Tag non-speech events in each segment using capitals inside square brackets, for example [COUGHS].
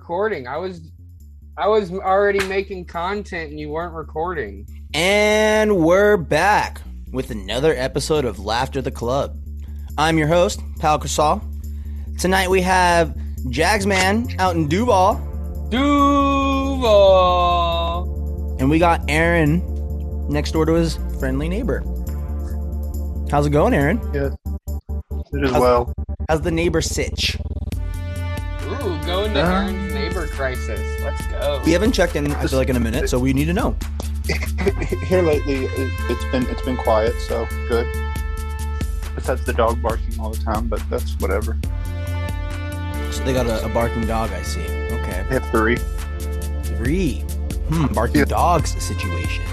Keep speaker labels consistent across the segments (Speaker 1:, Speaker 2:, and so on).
Speaker 1: recording. I was I was already making content and you weren't recording.
Speaker 2: And we're back with another episode of Laughter the Club. I'm your host, Pal Casal. Tonight we have Jagsman out in Duval,
Speaker 1: Duval.
Speaker 2: and we got Aaron next door to his friendly neighbor. How's it going, Aaron?
Speaker 3: It is well.
Speaker 2: How's the neighbor sitch?
Speaker 1: Ooh, going to
Speaker 3: Uh-huh.
Speaker 1: Aaron's neighbor crisis. Let's go.
Speaker 2: We haven't checked in, I feel like, in a minute, so we need to know.
Speaker 3: [LAUGHS] Here lately, it- it's been it's been quiet, so good. Besides the dog barking all the time, but that's whatever.
Speaker 2: So they got a, a barking dog, I see. Okay.
Speaker 3: They have three.
Speaker 2: Three. Hmm, barking
Speaker 3: Yeah.
Speaker 2: dogs situation.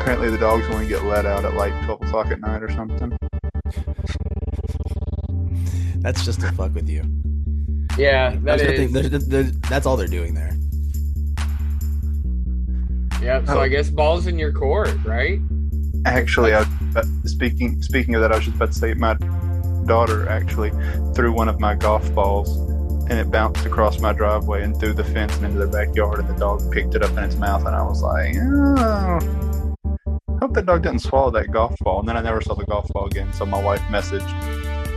Speaker 3: Apparently, the dogs only get let out at like twelve o'clock at night or something.
Speaker 2: That's just to fuck with you.
Speaker 1: Yeah, that
Speaker 2: That's the
Speaker 1: is.
Speaker 2: thing. There's- there's- that's all they're doing there.
Speaker 1: Yep. So
Speaker 3: Oh.
Speaker 1: I guess balls in your court, right?
Speaker 3: Actually, I, uh, speaking speaking of that, I was just about to say my daughter actually threw one of my golf balls, and it bounced across my driveway and through the fence and into their backyard, and the dog picked it up in its mouth, and I was like, oh. Hope that dog didn't swallow that golf ball. And then I never saw the golf ball again. So my wife messaged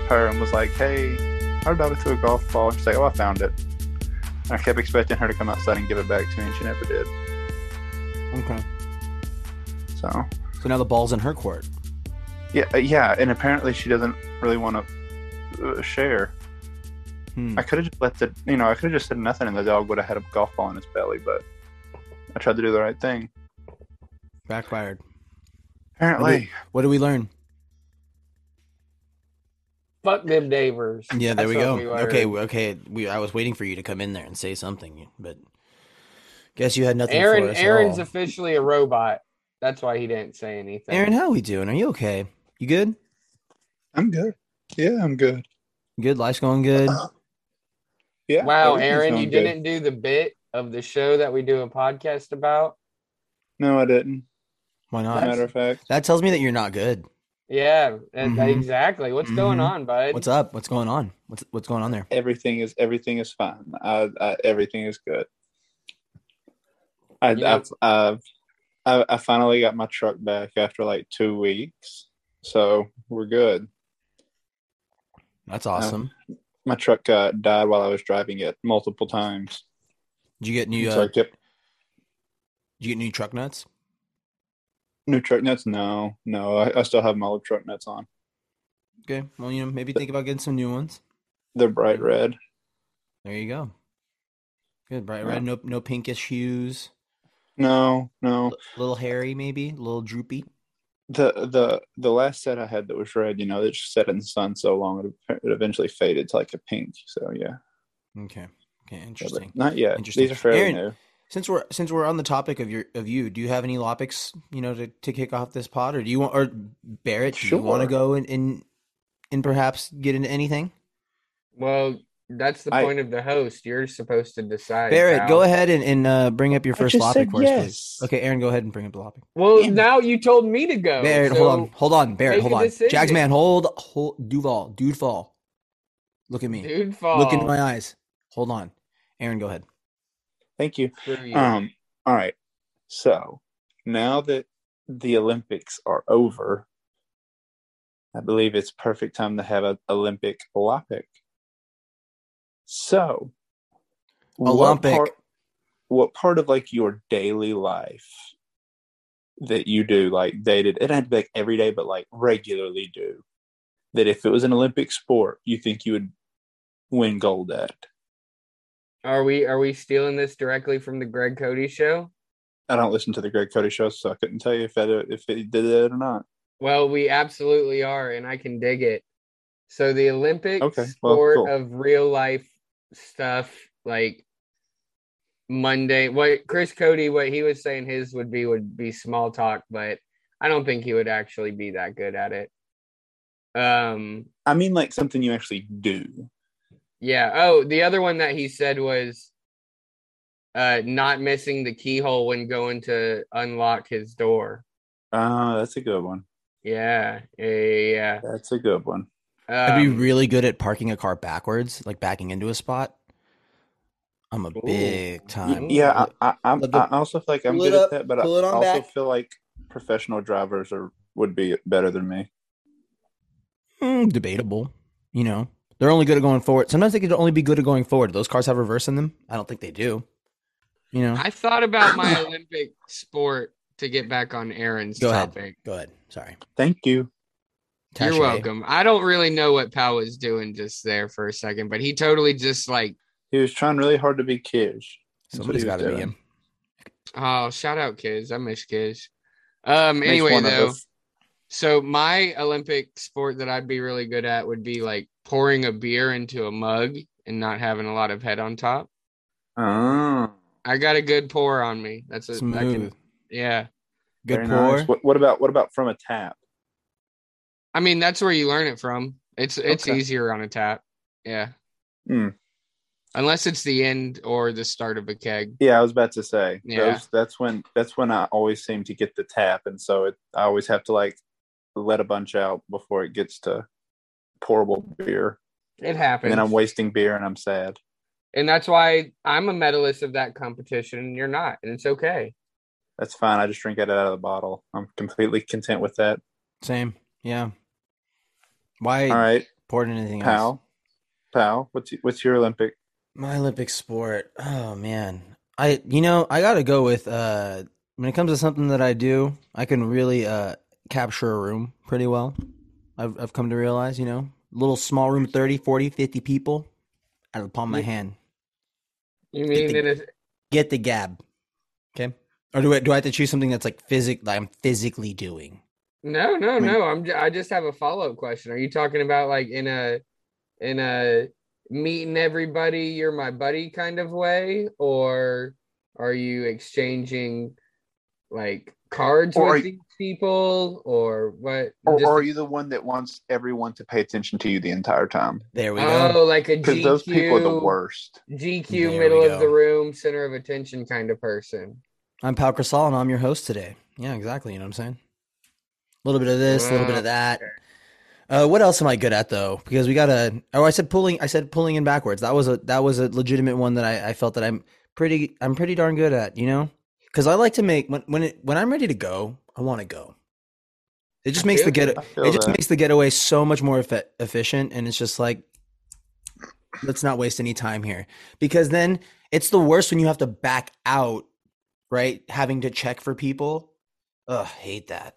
Speaker 3: her and was like, "Hey, our daughter threw a golf ball." And she's like, "Oh, I found it." And I kept expecting her to come outside and give it back to me, and she never did.
Speaker 2: Okay.
Speaker 3: So
Speaker 2: So now the ball's in her court.
Speaker 3: Yeah, uh, yeah, and apparently she doesn't really want to uh, share.
Speaker 2: Hmm.
Speaker 3: I could have just let the, you know, I could have just said nothing, and the dog would have had a golf ball in his belly. But I tried to do the right thing.
Speaker 2: Backfired.
Speaker 3: Apparently,
Speaker 2: What did we learn?
Speaker 1: Fuck them neighbors.
Speaker 2: Yeah, there
Speaker 1: That's
Speaker 2: we
Speaker 1: what
Speaker 2: go.
Speaker 1: learned.
Speaker 2: okay, w- okay. We I was waiting for you to come in there and say something, but guess you had nothing for
Speaker 1: Aaron
Speaker 2: us.
Speaker 1: Aaron's
Speaker 2: at all.
Speaker 1: officially a robot. That's why he didn't say anything.
Speaker 2: Aaron, how we doing? Are you okay? You good?
Speaker 3: I'm good. Yeah, I'm good.
Speaker 2: You good? Life's going good.
Speaker 3: Yeah.
Speaker 1: Wow,
Speaker 3: everything's
Speaker 1: Aaron,
Speaker 3: going
Speaker 1: you
Speaker 3: good.
Speaker 1: didn't do the bit of the show that we do a podcast about.
Speaker 3: No, I didn't.
Speaker 2: Why
Speaker 3: As a matter
Speaker 2: not?
Speaker 3: of fact,
Speaker 2: That tells me that you're not good.
Speaker 1: Yeah, and-
Speaker 2: Mhm.
Speaker 1: exactly. What's going
Speaker 2: Mhm.
Speaker 1: on, bud?
Speaker 2: What's up? What's going on? What's what's going on there?
Speaker 3: everything is everything is fine. I, I, everything is good. I,
Speaker 1: You know-
Speaker 3: I've, I've, I, I finally got my truck back after like two weeks, so we're good.
Speaker 1: Uh,
Speaker 2: That's awesome.
Speaker 3: my truck uh, died while I was driving it multiple times.
Speaker 2: Did you get new?
Speaker 3: So
Speaker 2: Uh,
Speaker 3: I kept
Speaker 2: did you get new truck nuts?
Speaker 3: new truck nuts. No, no, I, I still have my old truck nuts on.
Speaker 2: Okay. Well, you know, maybe think about getting some new ones.
Speaker 3: They're bright red.
Speaker 2: There you go. Good, bright
Speaker 3: Yeah.
Speaker 2: red. No, no pinkish hues.
Speaker 3: No, no.
Speaker 2: Little hairy, maybe. A little droopy.
Speaker 3: The the the last set I had that was red, you know, it just sat in the sun so long it, it eventually faded to like a pink. So yeah,
Speaker 2: Okay. Okay.
Speaker 3: But
Speaker 2: Interesting.
Speaker 3: not yet.
Speaker 2: Interesting.
Speaker 3: These are fairly
Speaker 2: Aaron-
Speaker 3: new.
Speaker 2: Since we're since we're on the topic of your of you, do you have any lopics you know to, to kick off this pod, or do you want or Barrett? Do you want to
Speaker 3: Sure.
Speaker 2: go and, and and perhaps get into anything?
Speaker 1: Well, that's the
Speaker 3: I-
Speaker 1: point of the host. You're supposed to decide.
Speaker 2: Barrett,
Speaker 1: pal.
Speaker 2: go ahead and, and uh, bring up your
Speaker 3: I
Speaker 2: first
Speaker 3: just
Speaker 2: lopic
Speaker 3: said
Speaker 2: for us, please.
Speaker 3: yes.
Speaker 2: Okay, Aaron, go ahead and bring up the lopic.
Speaker 1: Well,
Speaker 3: Damn it.
Speaker 1: now you told me to go.
Speaker 2: Barrett,
Speaker 1: Oh, so-
Speaker 2: hold on, hold on, Barrett,
Speaker 1: make
Speaker 2: hold
Speaker 1: a
Speaker 2: on.
Speaker 1: decision.
Speaker 2: Jags man, hold, hold, Duval, dude, fall. Look at me.
Speaker 1: Dude, fall.
Speaker 2: Look in my eyes. Hold on, Aaron, go ahead.
Speaker 3: Thank you.
Speaker 1: Screw you.
Speaker 3: Um, all right. So now that the Olympics are over, I believe it's perfect time to have an Olympic Olympic. So
Speaker 2: Olympic.
Speaker 3: What part, what part of like your daily life that you do like dated? It had to be like every day, but like regularly do that if it was an Olympic sport, you think you would win gold at?
Speaker 1: Are we are we stealing this directly from the Greg Cody show?
Speaker 3: I don't listen to the Greg Cody show, so I couldn't tell you if that if it did it or not.
Speaker 1: Well, we absolutely are, and I can dig it. So the Olympic
Speaker 3: Okay, well,
Speaker 1: sport
Speaker 3: cool.
Speaker 1: of real life stuff, like Monday. What Chris Cody, what he was saying, his would be would be small talk, but I don't think he would actually be that good at it. Um,
Speaker 3: I mean, like something you actually do.
Speaker 1: yeah. Oh, the other one that he said was uh not missing the keyhole when going to unlock his door.
Speaker 3: Ah, that's a good one.
Speaker 1: Yeah, yeah, yeah.
Speaker 3: That's a good one.
Speaker 1: yeah.
Speaker 2: I'd be
Speaker 1: Um,
Speaker 2: really good at parking a car backwards, like backing into a spot. I'm a big time.
Speaker 3: Yeah, I, I, I'm,
Speaker 2: Look
Speaker 3: I
Speaker 2: up-
Speaker 3: also feel like I'm
Speaker 2: pull it
Speaker 3: good at
Speaker 2: up,
Speaker 3: that, but I
Speaker 2: pull it on
Speaker 3: also
Speaker 2: back.
Speaker 3: feel like professional drivers are would be better than me.
Speaker 2: Mm, debatable. You know, they're only good at going forward. Sometimes they could only be good at going forward. Do Those cars have reverse in them. I don't think they do. You know,
Speaker 1: I thought about
Speaker 3: [COUGHS]
Speaker 1: my Olympic sport to get back on Aaron's
Speaker 2: Go ahead.
Speaker 1: topic.
Speaker 2: go ahead. Sorry.
Speaker 3: Thank you.
Speaker 2: Tache.
Speaker 1: You're welcome. I don't really know what Powell was doing just there for a second, but he totally just like,
Speaker 3: He was trying really hard to be Kish.
Speaker 2: Somebody's got to be him.
Speaker 1: oh, shout out kids. I miss kids. Um.
Speaker 3: Makes
Speaker 1: Anyway,
Speaker 3: one of
Speaker 1: though,
Speaker 3: us.
Speaker 1: so my Olympic sport that I'd be really good at would be like pouring a beer into a mug and not having a lot of head on top.
Speaker 3: Oh,
Speaker 1: I got a good pour on me. That's a I can-
Speaker 2: Smooth.
Speaker 1: yeah.
Speaker 2: Good
Speaker 3: very
Speaker 2: pour.
Speaker 3: nice. What, what about what about from a tap?
Speaker 1: I mean, that's where you learn it from. It's it's
Speaker 3: Okay.
Speaker 1: easier on a tap. Yeah.
Speaker 3: Hmm.
Speaker 1: Unless it's the end or the start of a keg.
Speaker 3: Yeah, I was about to say.
Speaker 1: Yeah.
Speaker 3: Those, that's when that's when I always seem to get the tap, and so it, I always have to like let a bunch out before it gets to pourable beer,
Speaker 1: It
Speaker 3: and
Speaker 1: happens.
Speaker 3: then I'm wasting beer and I'm sad.
Speaker 1: and that's why I'm a medalist of that competition and you're not, and it's okay.
Speaker 3: That's fine. I just drink it out of the bottle. I'm completely content with that.
Speaker 2: Same. Yeah. Why
Speaker 3: All right,
Speaker 2: pour it in anything else?
Speaker 3: pal, pal, what's what's your Olympic?
Speaker 2: My Olympic sport. Oh man. I you know, I gotta go with uh when it comes to something that I do, I can really uh capture a room pretty well. I've I've come to realize, you know, little small room 30, 40, 50 people out of the palm of my
Speaker 1: Yeah.
Speaker 2: hand.
Speaker 1: You mean in a,
Speaker 2: Get the gab. Okay? Or do I do I have to choose something that's like physic that I'm physically doing?
Speaker 1: no, no,
Speaker 3: I mean-
Speaker 1: no. I'm j- I just have a follow up question. Are you talking about like in a in a meeting everybody, you're my buddy kind of way, or are you exchanging like cards
Speaker 3: Or are
Speaker 1: with
Speaker 3: you-
Speaker 1: these people, or what?
Speaker 3: Or
Speaker 1: Just-
Speaker 3: are you the one that wants everyone to pay attention to you the entire time?
Speaker 2: There we go.
Speaker 1: oh, like a
Speaker 3: Because
Speaker 1: GQ,
Speaker 3: those people are the worst.
Speaker 1: GQ
Speaker 2: There we
Speaker 1: middle of the
Speaker 2: go.
Speaker 1: room, center of attention kind of person.
Speaker 2: I'm Pal Crisal and I'm your host today. Yeah, exactly. You know what I'm saying? A little bit of this, a little bit
Speaker 1: Wow.
Speaker 2: of that. Uh, what else am I good at though? Because we gotta. Oh, I said pulling. I said pulling in backwards. That was a that was a legitimate one that I, I felt that I'm pretty I'm pretty darn good at. You know, because I like to make when when it, when I'm ready to go, I want to go. It just makes the
Speaker 1: feel
Speaker 2: get
Speaker 3: I feel
Speaker 2: it just
Speaker 3: that.
Speaker 2: makes the getaway so much more effe- efficient, and it's just like let's not waste any time here because then it's the worst when you have to back out, right? Having to check for people. Ugh, hate that.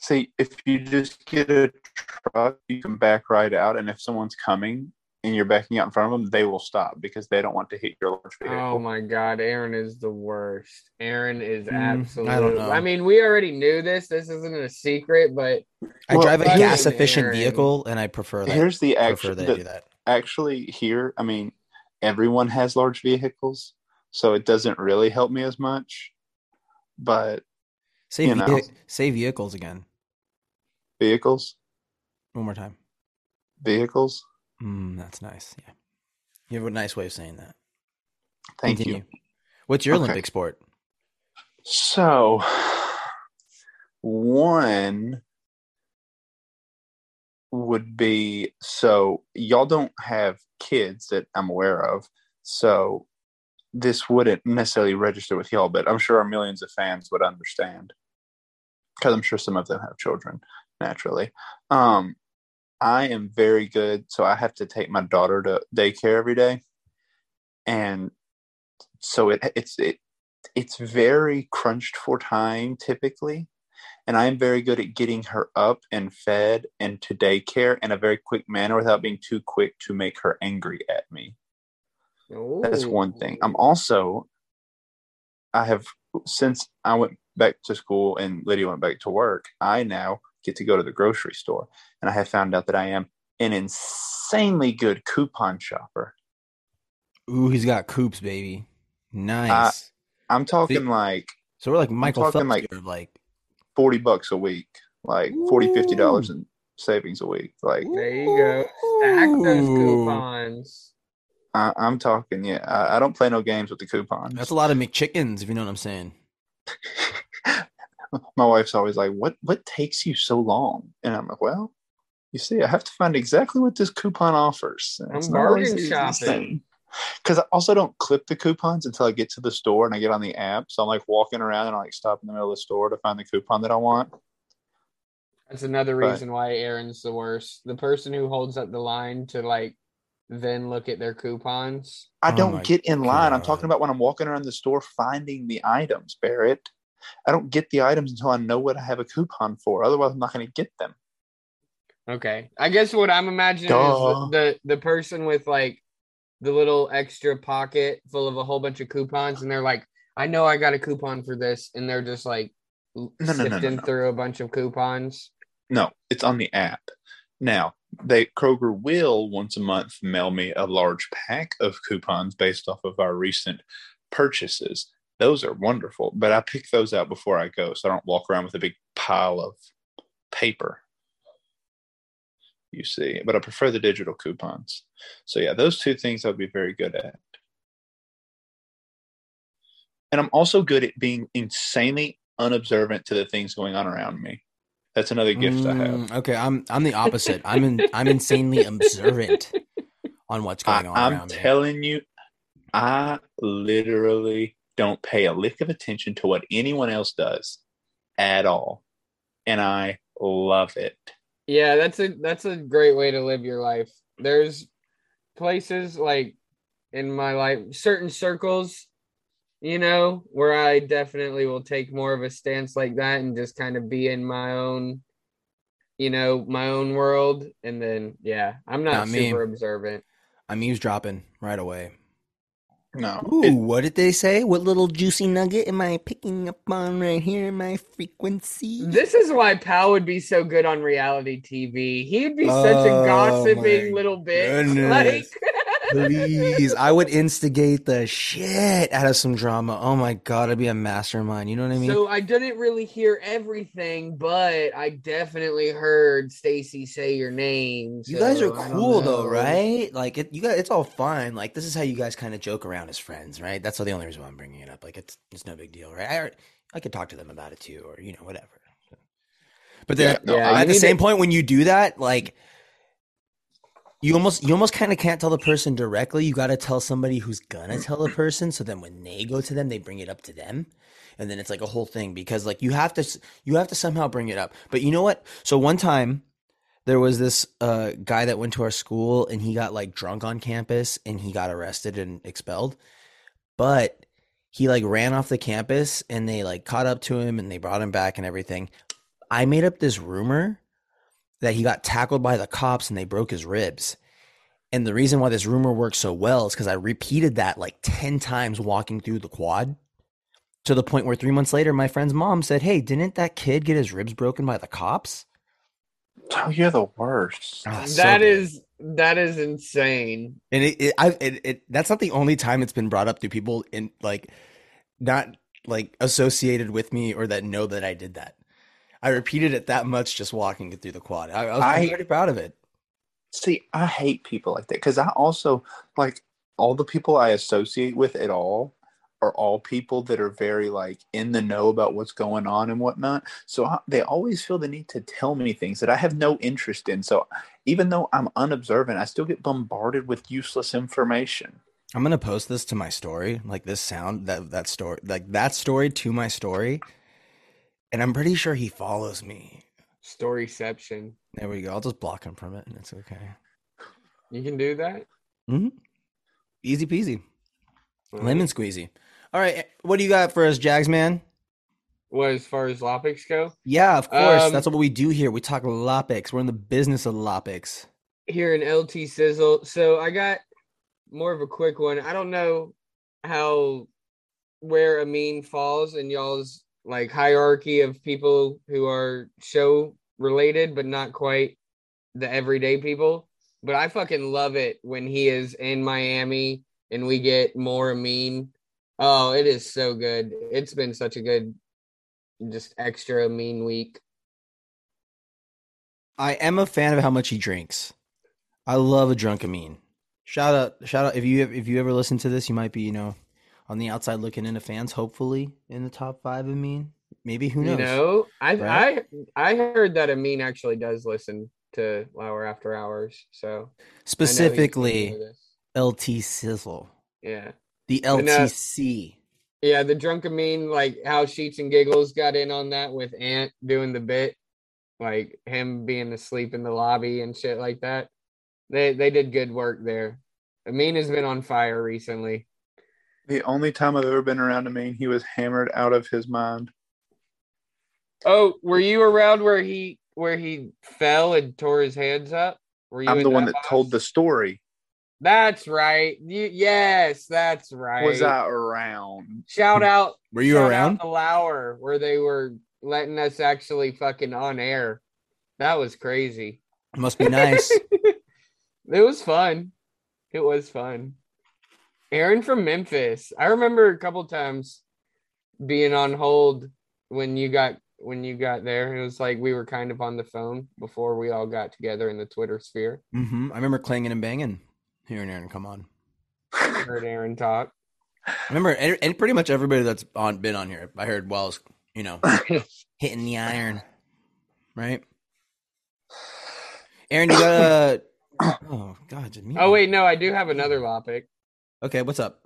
Speaker 3: See, if you just get a truck, you can back right out, and if someone's coming and you're backing out in front of them, they will stop because they don't want to hit your large vehicle.
Speaker 1: Oh my God, Aaron is the worst. Aaron is
Speaker 2: Mm, I don't
Speaker 1: absolutely.
Speaker 2: know.
Speaker 1: I mean, we already knew this. This isn't a secret, but
Speaker 2: I
Speaker 3: Well,
Speaker 2: drive a
Speaker 3: fucking
Speaker 2: gas efficient
Speaker 1: Aaron.
Speaker 2: vehicle, and I prefer that.
Speaker 3: Here's the
Speaker 2: prefer
Speaker 3: actual.
Speaker 2: they do
Speaker 3: The,
Speaker 2: that.
Speaker 3: actually, here, I mean, everyone has large vehicles, so it doesn't really help me as much. But
Speaker 2: Say,
Speaker 3: you
Speaker 2: ve-
Speaker 3: know.
Speaker 2: say vehicles again.
Speaker 3: vehicles,
Speaker 2: One more time.
Speaker 3: vehicles.
Speaker 2: Mm, that's nice. Yeah. You have a nice way of saying that.
Speaker 3: Thank you.
Speaker 2: What's your
Speaker 3: Okay.
Speaker 2: Olympic sport?
Speaker 3: So, one would be so y'all don't have kids that I'm aware of. So, this wouldn't necessarily register with y'all, but I'm sure our millions of fans would understand because I'm sure some of them have children naturally. Um, I am very good. So, I have to take my daughter to daycare every day. And so it it's it it's very crunched for time typically and i am very good at getting her up and fed and to daycare in a very quick manner without being too quick to make her angry at me that's one thing i'm also i have since i went back to school and lydia went back to work i now get to go to the grocery store and i have found out that i am an insanely good coupon shopper
Speaker 2: Ooh, he's got coops, baby.
Speaker 3: Uh,
Speaker 2: Nice.
Speaker 3: i'm talking like
Speaker 2: so we're like Michael
Speaker 3: talking
Speaker 2: Phelps.
Speaker 3: like-
Speaker 2: here, like
Speaker 3: 40 bucks a week like 40 50 dollars in savings a week like
Speaker 1: There you go. Stack those
Speaker 2: Ooh.
Speaker 1: coupons.
Speaker 3: I, i'm talking yeah I, I don't play no games with the coupons [LAUGHS]
Speaker 2: That's a lot of McChickens, if you know what I'm saying.
Speaker 3: my wife's always like what what takes you so long and i'm like well you see i have to find exactly what this coupon offers And
Speaker 1: I'm
Speaker 3: not always
Speaker 1: bargain
Speaker 3: the easiest
Speaker 1: shopping.
Speaker 3: thing. because I also don't clip the coupons until I get to the store and I get on the app. So I'm like walking around and I like stop in the middle of the store to find the coupon that I want.
Speaker 1: That's another
Speaker 3: Right.
Speaker 1: reason why Aaron's the worst. The person who holds up the line to like then look at their coupons.
Speaker 3: I
Speaker 2: Oh my
Speaker 3: don't get in line. I'm
Speaker 2: God.
Speaker 3: talking about when I'm walking around the store finding the items, Barrett. I don't get the items until I know what I have a coupon for. Otherwise, I'm not going to get them.
Speaker 1: Okay. I guess what I'm imagining
Speaker 3: Duh.
Speaker 1: is the, the the person with like the little extra pocket full of a whole bunch of coupons and they're like, I know I got a coupon for this, and they're just like l-
Speaker 3: No, no, no, no,
Speaker 1: sifting
Speaker 3: no.
Speaker 1: through a bunch of coupons.
Speaker 3: No, it's on the app. Now, they Kroger will once a month mail me a large pack of coupons based off of our recent purchases. Those are wonderful, but I pick those out before I go so I don't walk around with a big pile of paper. You see, but I prefer the digital coupons. So yeah, those two things I'd be very good at. And I'm also good at being insanely unobservant to the things going on around me. That's another gift I have.
Speaker 2: Mm, Okay, I'm I'm the opposite. I'm in, I'm
Speaker 3: [LAUGHS]
Speaker 2: insanely observant on what's going on
Speaker 3: I, am
Speaker 2: around me.
Speaker 3: telling you, I literally don't pay a lick of attention to what anyone else does at all. And I love it.
Speaker 1: Yeah, that's a that's a great way to live your life. There's places like in my life, certain circles, you know, where I definitely will take more of a stance like that and just kind of be in my own, you know, my own world. And then, yeah, I'm not,
Speaker 2: Not me.
Speaker 1: super observant.
Speaker 2: I'm eavesdropping right away.
Speaker 3: No.
Speaker 2: Ooh,
Speaker 3: it-
Speaker 2: what did they say? What little juicy nugget am I picking up on right here in my frequency?
Speaker 3: [LAUGHS]
Speaker 1: This is why Pal would be so good on reality TV. He'd be such a
Speaker 2: Oh,
Speaker 1: gossiping
Speaker 2: my
Speaker 1: little bitch.
Speaker 2: goodness.
Speaker 1: Like,
Speaker 2: Please, I would instigate the shit out of some drama. Oh my god, I'd be a mastermind. You know what I mean?
Speaker 1: So I didn't really hear everything, but I definitely heard Stacy say your name.
Speaker 2: you guys are
Speaker 1: so I don't
Speaker 2: cool though,
Speaker 1: know.
Speaker 2: right? Like it, you guys, it's all fine. Like this is how you guys kind of joke around as friends, right? That's the only reason why I'm bringing it up. Like it's it's no big deal, right? I alre- I could talk to them about it too, or you know whatever. But then
Speaker 3: Yeah, no,
Speaker 1: Yeah,
Speaker 2: at
Speaker 1: you
Speaker 2: the
Speaker 1: need
Speaker 2: same
Speaker 1: to-
Speaker 2: point, when you do that, like you almost you almost kind of can't tell the person directly. You got to tell somebody who's gonna tell the person. So then when they go to them, they bring it up to them, and then it's like a whole thing because like you have to s- you have to somehow bring it up. But you know what? So one time there was this uh, guy that went to our school and he got like drunk on campus and he got arrested and expelled, but he like ran off the campus and they like caught up to him and they brought him back and everything. I made up this rumor that he got tackled by the cops and they broke his ribs. And the reason why this rumor worked so well is because I repeated that like 10 times walking through the quad to the point where three months later, my friend's mom said, Hey, didn't that kid get his ribs broken by the cops?
Speaker 3: oh, you're the worst.
Speaker 2: Ah, so
Speaker 1: That
Speaker 2: good.
Speaker 1: is that is insane.
Speaker 2: And it, it, I, it, it, that's not the only time it's been brought up to people in like, not like associated with me or that know that I did that. I repeated it that much just walking through the quad. I, I was
Speaker 3: I-
Speaker 2: pretty proud of it.
Speaker 3: See, I hate people like that because I also like all the people I associate with at all are all people that are very like in the know about what's going on and whatnot. So I, they always feel the need to tell me things that I have no interest in. So even though I'm unobservant, I still get bombarded with useless information.
Speaker 2: I'm gonna post this to my story, like this sound that that story, like that story to my story, and I'm pretty sure he follows me.
Speaker 1: Storyception.
Speaker 2: There we go. I'll just block him from it, and it's okay.
Speaker 1: You can do that.
Speaker 2: Easy peasy, lemon squeezy. All right, what do you got for us, Jags man?
Speaker 1: Well, as far as lopics go,
Speaker 2: Yeah, of course.
Speaker 1: Um,
Speaker 2: That's what we do here. We talk lopics. We're in the business of lopics.
Speaker 1: here in LT Sizzle. So I got more of a quick one. I don't know how where Amin falls in y'all's like hierarchy of people who are show related, but not quite the everyday people. But I fucking love it when he is in Miami and we get more Amin. Oh, it is so good. It's been such a good, just extra Amin week.
Speaker 2: I am a fan of how much he drinks. I love a drunkamine. Shout out, shout out. If you if you ever listen to this, you might be you know on the outside looking into fans. Hopefully in the top five. I mean, maybe who
Speaker 1: You
Speaker 2: knows?
Speaker 1: know, I
Speaker 2: right?
Speaker 1: I I heard that Amin actually does listen to Lauer After Hours. So I know he's listening
Speaker 2: Specifically,
Speaker 1: to this.
Speaker 2: LT Sizzle.
Speaker 1: Yeah.
Speaker 2: The
Speaker 1: But no-
Speaker 2: LTC.
Speaker 1: Yeah, the drunken mean, like how Sheets and Giggles got in on that with Ant doing the bit, like him being asleep in the lobby and shit like that. They they did good work there. Amin has been on fire recently.
Speaker 3: The only time I've ever been around Amin, he was hammered out of his mind.
Speaker 1: Oh, were you around where he where he fell and tore his hands up? Were you
Speaker 3: I'm
Speaker 1: in
Speaker 3: the one that
Speaker 1: box?
Speaker 3: told the story.
Speaker 1: That's right. You, yes, that's right.
Speaker 3: Was I around?
Speaker 1: Shout out
Speaker 2: Were you
Speaker 1: shout out
Speaker 2: around?
Speaker 1: to Lauer where they were letting us actually fucking on air. That was crazy.
Speaker 2: Must be nice. [LAUGHS]
Speaker 1: It was fun. It was fun. Aaron from Memphis. I remember a couple times being on hold when you got when you got there. It was like we were kind of on the phone before we all got together in the Twitter sphere.
Speaker 2: hmm I remember clanging and banging here and Aaron come on.
Speaker 1: Heard Aaron talk.
Speaker 2: I remember and, and pretty much everybody that's on been on here. I heard Wells, you know, hitting the iron, right? Aaron, you got uh Oh God, did me?
Speaker 1: Oh wait, no, I do have another topic.
Speaker 2: Okay, what's up?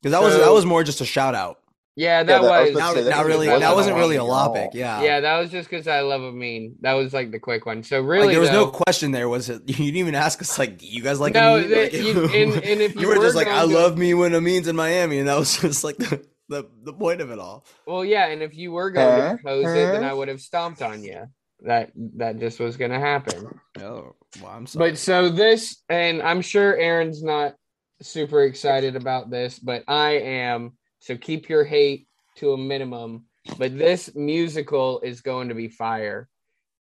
Speaker 2: Because that was that
Speaker 1: So-
Speaker 2: was more just a shout out.
Speaker 1: Yeah, that,
Speaker 3: that- I was
Speaker 1: was,
Speaker 3: gonna
Speaker 2: Not,
Speaker 3: say, that
Speaker 2: not really.
Speaker 3: wasn't
Speaker 2: That
Speaker 3: a
Speaker 2: wasn't really uh, a
Speaker 3: topic
Speaker 2: lopic.
Speaker 3: at all.
Speaker 2: Yeah.
Speaker 1: yeah, that was just because I love a mean. That was like the quick one. So
Speaker 2: Like,
Speaker 1: really,
Speaker 2: there was
Speaker 1: though,
Speaker 2: no question there was it. [LAUGHS] You didn't even ask us like, do you guys like?
Speaker 1: No,
Speaker 2: Amin?
Speaker 1: that-
Speaker 2: Like, [LAUGHS]
Speaker 1: you- and- and if
Speaker 2: you
Speaker 1: you
Speaker 2: were just
Speaker 1: were
Speaker 2: like, I
Speaker 1: going to-
Speaker 2: love me when Amin's in Miami, and that was [LAUGHS] just like the the, the point of it all.
Speaker 1: Well, yeah, and if you were going
Speaker 3: Huh?
Speaker 1: to oppose it, then
Speaker 3: Huh?
Speaker 1: I would have stomped on you. That that just was going to happen.
Speaker 2: Oh, well, I'm sorry.
Speaker 1: But so this, and I'm sure Aaron's not super excited about this, but I am. So keep your hate to a minimum. But this musical is going to be fire.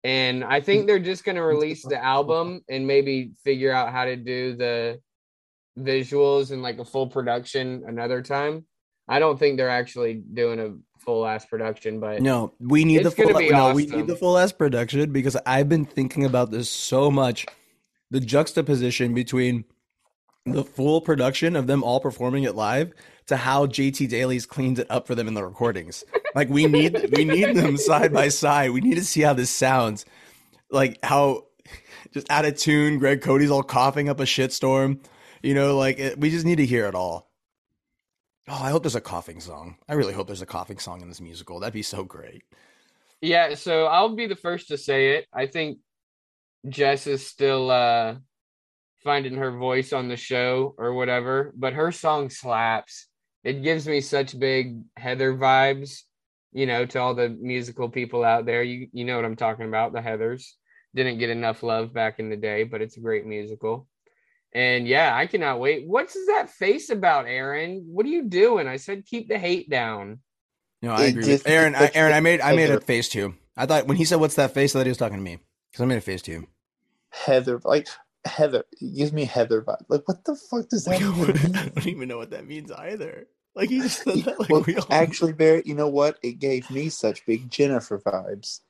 Speaker 1: And I think they're just going to release the album and maybe figure out how to do the visuals and like a full production another time. I don't think they're actually doing a full ass production, but
Speaker 2: No, we need the
Speaker 1: It's gonna
Speaker 2: full.
Speaker 1: be
Speaker 2: no, we
Speaker 1: awesome.
Speaker 2: need the full ass production because I've been thinking about this so much. The juxtaposition between the full production of them all performing it live to how JT Daly's cleans it up for them in the recordings. Like we need we need them side by side. We need to see how this sounds. Like how just out of tune. Greg Cody's all coughing up a shitstorm. You know, like it, we just need to hear it all. Oh, I hope there's a coughing song. I really hope there's a coughing song in this musical. That'd be so great.
Speaker 1: Yeah, so I'll be the first to say it. I think Jess is still uh finding her voice on the show or whatever, but her song slaps. It gives me such big Heather vibes, you know, to all the musical people out there. You you know what I'm talking about, the Heathers. Didn't get enough love back in the day, but it's a great musical. And yeah, I cannot wait. What's that face about, Aaron? What are you doing? I said keep the hate down.
Speaker 2: No, I
Speaker 3: It
Speaker 2: agree.
Speaker 3: just-
Speaker 2: with Aaron, I, Aaron, I made I made a
Speaker 3: Heather.
Speaker 2: face too. I thought when he said "What's that face?" I thought he was talking to me because I made a face too.
Speaker 3: Heather, like Heather, it gives me Heather vibe. Like, [LAUGHS] what the fuck
Speaker 2: [LAUGHS]
Speaker 3: does that? even mean?
Speaker 2: don't even know what that means either. Like he just said that. Like
Speaker 3: Well,
Speaker 2: we all
Speaker 3: Actually, Barrett, you know what? It gave me such big Jennifer vibes.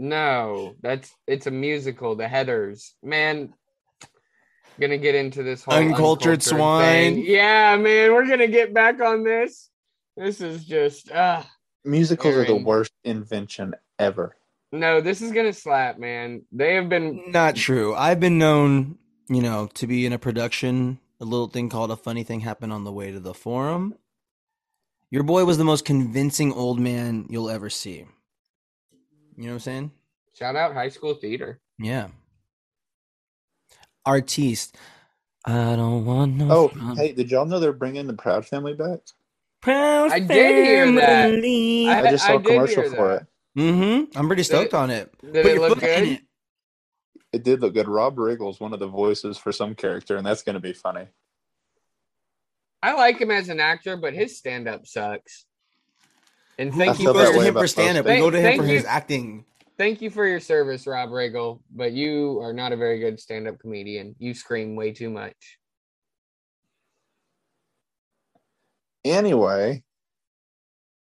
Speaker 1: No, that's it's a musical, The Heathers. Man, gonna get into this whole
Speaker 2: Uncultured swine.
Speaker 1: thing. Yeah, man, we're gonna get back on this. This is just uh
Speaker 3: Musicals are the
Speaker 1: Aaron.
Speaker 3: worst invention ever.
Speaker 1: no, this is gonna slap, man. They have been
Speaker 2: [LAUGHS] not true. I've been known, you know, to be in a production. A little thing called "A Funny Thing Happened on the Way to the Forum." Your boy was the most convincing old man you'll ever see. You know what I'm saying?
Speaker 1: shout out high school theater.
Speaker 2: Yeah. Artiste. I don't want no.
Speaker 3: Oh,
Speaker 2: front
Speaker 3: hey, did y'all know they're bringing the Proud Family back?
Speaker 2: Proud
Speaker 1: I did hear that.
Speaker 2: family.
Speaker 3: I just saw
Speaker 1: I
Speaker 3: a
Speaker 1: did
Speaker 3: commercial
Speaker 1: hear
Speaker 3: for
Speaker 1: that.
Speaker 3: it.
Speaker 2: Mm-hmm. I'm pretty stoked on it.
Speaker 1: Did it
Speaker 2: Put your
Speaker 1: look
Speaker 2: foot in
Speaker 1: good?
Speaker 2: it.
Speaker 3: It did look good. Rob Riggle's one of the voices for some character, and that's going to be funny.
Speaker 1: I like him as an actor, but his stand up sucks. And
Speaker 2: Who
Speaker 1: thank
Speaker 3: I
Speaker 1: you
Speaker 2: goes
Speaker 3: feel that
Speaker 1: for
Speaker 2: to
Speaker 3: way
Speaker 2: him
Speaker 3: about
Speaker 2: for
Speaker 3: most
Speaker 2: stand up. We
Speaker 1: things.
Speaker 2: go to him
Speaker 1: Thank
Speaker 2: for his
Speaker 1: you.
Speaker 2: acting.
Speaker 1: thank you for your service, Rob Riggle, but you are not a very good stand up comedian. You scream way too much.
Speaker 3: Anyway,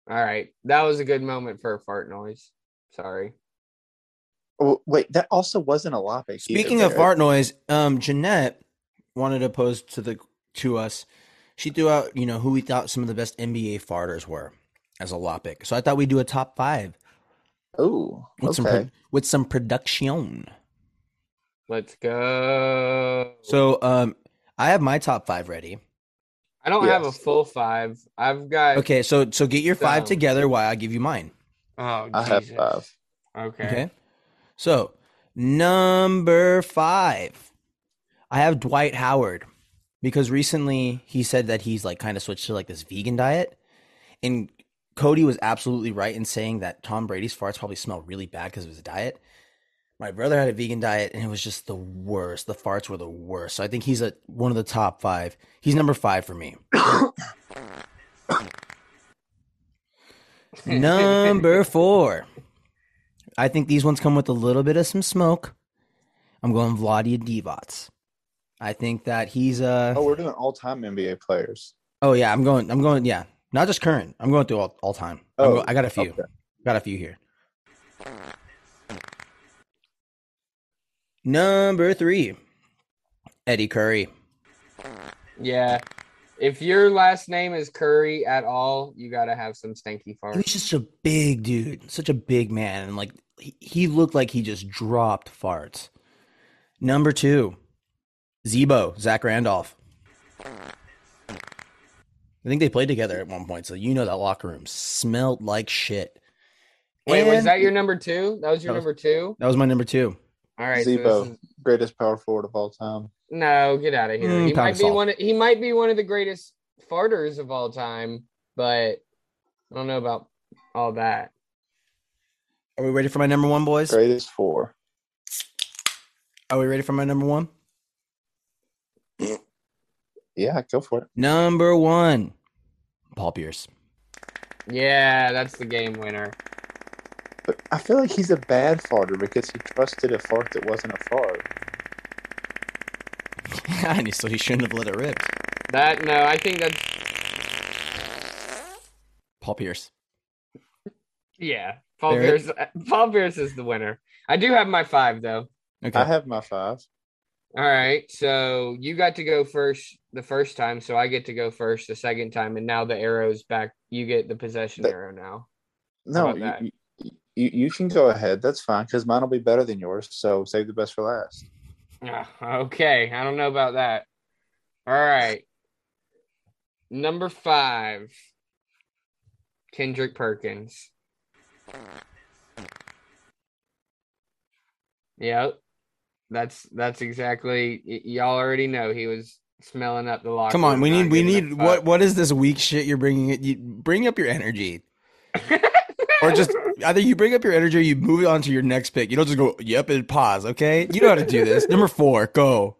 Speaker 1: All right. That was a good moment for a fart noise. Sorry.
Speaker 3: w- wait, that also wasn't a lopic.
Speaker 2: Speaking of fart noise, um, Jeanette wanted to pose to the to us. She threw out, you know, who we thought some of the best NBA farters were as a lopic. So I thought we'd do a top five
Speaker 3: oh,
Speaker 2: with some
Speaker 3: okay.
Speaker 2: pro- with some production.
Speaker 1: Let's go.
Speaker 2: So um, I have my top five ready.
Speaker 1: I don't have a
Speaker 3: Yes.
Speaker 1: full five. I've got
Speaker 2: Okay, so so get your five
Speaker 1: So-
Speaker 2: together while I give you mine.
Speaker 1: Oh,
Speaker 3: I have
Speaker 1: Jesus.
Speaker 3: five.
Speaker 1: Okay.
Speaker 2: Okay. So number five, I have Dwight Howard because recently he said that he's like kind of switched to like this vegan diet, and Cody was absolutely right in saying that Tom Brady's farts probably smell really bad because of his diet. My brother had a vegan diet and it was just the worst. The farts were the worst. So I think he's a one of the top five. He's number five for me. Number four. I think these ones come with a little bit of some smoke. I'm going Vladia Divac. I think that he's uh
Speaker 3: Oh,
Speaker 2: oh,
Speaker 3: we're doing all-time NBA players.
Speaker 2: yeah, I'm going I'm going yeah. Not just current. I'm going through all, all time. I'm
Speaker 3: Oh,
Speaker 2: go- I got a few.
Speaker 3: okay.
Speaker 2: Got a few here. Number three. Eddie Curry.
Speaker 1: Yeah. If your last name is Curry at all, you gotta have some stinky
Speaker 2: He was
Speaker 1: farts.
Speaker 2: just a big dude, such a big man, and like he, he looked like he just dropped farts. Number two, Zebo, Zach Randolph. I think they played together at one point, so you know that locker room smelled like shit.
Speaker 1: Wait, was
Speaker 2: And-
Speaker 1: that your number two? That was your
Speaker 2: That was-
Speaker 1: number two?
Speaker 2: That was my number two.
Speaker 1: All right. so this
Speaker 3: Zebo,
Speaker 1: is-
Speaker 3: greatest power forward of all time.
Speaker 1: no, get out of here.
Speaker 2: Mm,
Speaker 1: he
Speaker 2: pound
Speaker 1: might
Speaker 2: of
Speaker 1: be
Speaker 2: salt.
Speaker 1: one of, he might be one of the greatest farters of all time, but I don't know about all that.
Speaker 2: Are we ready for my number one, boys?
Speaker 3: Greatest four.
Speaker 2: Are we ready for my number one?
Speaker 3: Yeah, go for it.
Speaker 2: Number one, Paul Pierce. [LAUGHS]
Speaker 1: Yeah, that's the game winner.
Speaker 3: But I feel like he's a bad farter because he trusted a fart that wasn't a fart.
Speaker 2: and he- so he shouldn't have let it rip.
Speaker 1: That no, I think that's
Speaker 2: Paul Pierce.
Speaker 1: yeah. Paul
Speaker 2: Barrett?
Speaker 1: Pierce Paul Pierce is the winner. I do have my five though.
Speaker 2: Okay.
Speaker 3: I have my five.
Speaker 1: All right. So you got to go first the first time, so I get to go first the second time, and now the arrow's back. You get the possession
Speaker 3: That-
Speaker 1: arrow now.
Speaker 3: No,
Speaker 1: about that?
Speaker 3: you, you, you you can go ahead. That's fine because mine will be better than yours. So save the best for last.
Speaker 1: Ah, okay. I don't know about that. All right. Number five. Kendrick Perkins. Yep. That's that's exactly y- y'all already know he was smelling up the locker.
Speaker 2: Come on,
Speaker 1: room,
Speaker 2: we
Speaker 1: not
Speaker 2: need we
Speaker 1: giving a
Speaker 2: need
Speaker 1: fuck.
Speaker 2: what what is this weak shit you're bringing? It you bring up your energy, or just either you bring up your energy, or you move it on to your next pick. You don't just go yep and pause. Okay, you know how to do this. Number four, go.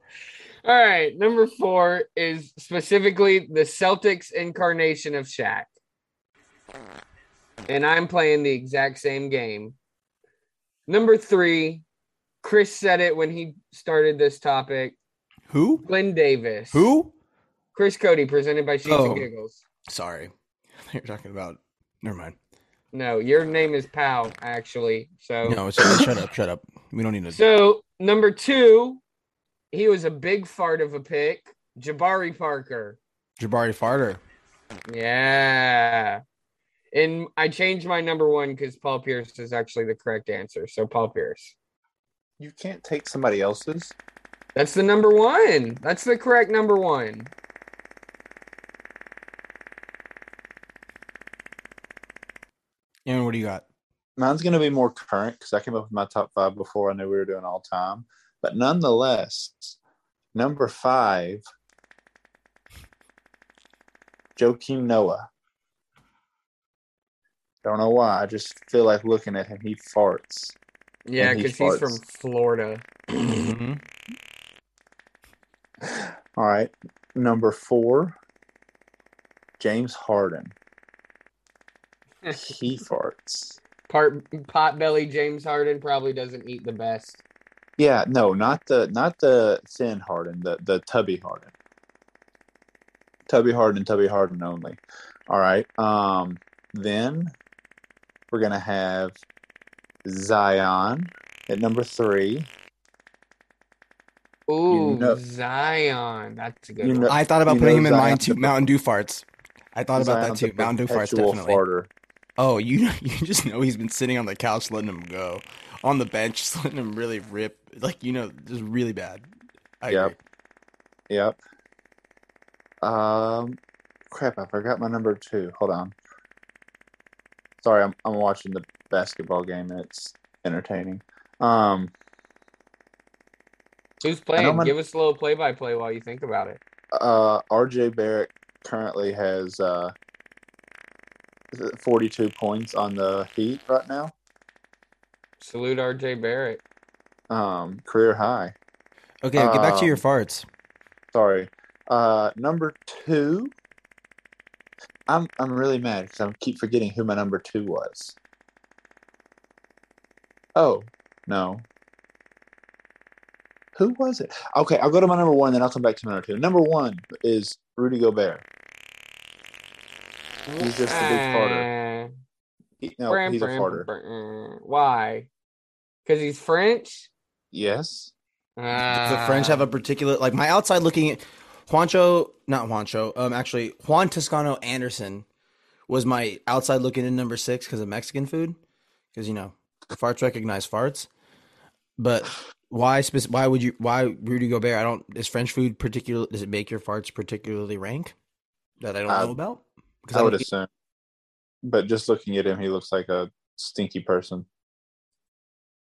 Speaker 1: All right, number four is specifically the Celtics incarnation of Shaq. And I'm playing the exact same game. Number three, Chris said it when he started this topic.
Speaker 2: Who
Speaker 1: Glenn Davis.
Speaker 2: who?
Speaker 1: Chris Cody, presented by Sheets
Speaker 2: Oh.
Speaker 1: and Giggles.
Speaker 2: Sorry, [LAUGHS] you're talking about. Never mind.
Speaker 1: No, your name is Pal, actually. So
Speaker 2: No, it's just, shut up, shut up. We don't need to.
Speaker 1: So number two, he was a big fart of a pick. Jabari Parker.
Speaker 2: Jabari Farter.
Speaker 1: Yeah. And I changed my number one because Paul Pierce is actually the correct answer. So Paul Pierce.
Speaker 3: You can't take somebody else's.
Speaker 1: That's the number one. That's the correct number one.
Speaker 2: Aaron, what do you got?
Speaker 3: Mine's going to be more current because I came up with my top five before I knew we were doing all time. But nonetheless, number five, Joakim Noah. Don't know why. I just feel like looking at him. He farts.
Speaker 1: Yeah,
Speaker 3: And he
Speaker 1: because he's
Speaker 3: farts.
Speaker 1: from Florida.
Speaker 2: Mhm.
Speaker 3: All right. Number four, James Harden. He farts.
Speaker 1: Part potbelly James Harden probably doesn't eat the best.
Speaker 3: Yeah, no, not the not the thin Harden, the the tubby Harden. Tubby Harden, tubby Harden only. All right. Um then we're gonna have Zion at number three.
Speaker 1: Ooh,
Speaker 3: know-
Speaker 1: Zion. That's a good
Speaker 3: You
Speaker 1: one.
Speaker 3: know-
Speaker 2: I thought about
Speaker 3: You
Speaker 2: putting
Speaker 3: know
Speaker 2: him in
Speaker 3: Zion-
Speaker 2: mine too. Mountain Dew farts. I thought about that
Speaker 3: Zion's a
Speaker 2: too. Mountain Dew farts
Speaker 3: perpetual
Speaker 2: definitely.
Speaker 3: farter.
Speaker 2: Oh, you you just know [LAUGHS] he's been sitting on the couch letting him go, on the bench [LAUGHS] just letting him really rip, like you know, just really bad. I
Speaker 3: Yep.
Speaker 2: agree.
Speaker 3: Yep. Um, crap, I forgot my number two. Hold on. Sorry, I'm I'm watching the basketball game and it's entertaining. Um,
Speaker 1: Who's
Speaker 3: I know
Speaker 1: playing?
Speaker 3: my-
Speaker 1: Give us a little play by play while you think about it.
Speaker 3: uh, RJ Barrett currently has uh, is it 42 points on the Heat right now,
Speaker 1: Salute RJ Barrett.
Speaker 3: um, career high.
Speaker 2: Okay, get back to your
Speaker 3: Um,
Speaker 2: farts.
Speaker 3: Sorry. Uh, number two. I'm I'm really mad because I keep forgetting who my number two was. Oh no. Who was it? Okay, I'll go to my number one, then I'll come back to my number two. Number one is Rudy Gobert. He's just a big farter. He- no,
Speaker 1: Eh. Bram,
Speaker 3: he's a
Speaker 1: bram,
Speaker 3: farter.
Speaker 1: bram. Why? Because he's French.
Speaker 3: Yes.
Speaker 2: Does the French
Speaker 1: Uh,
Speaker 3: Ah.
Speaker 2: have a particular like my outside looking at Juancho, not Juancho, um actually Juan Toscano Anderson was my outside looking in number six because of Mexican food. Because you know, farts recognize farts. But why spec- why would you why Rudy Gobert? I don't is French food particular does it make your farts particularly rank that I don't
Speaker 3: Uh,
Speaker 2: know about? Because
Speaker 3: I would
Speaker 2: don't eat-
Speaker 3: assume. But just looking at him, he looks like a stinky person.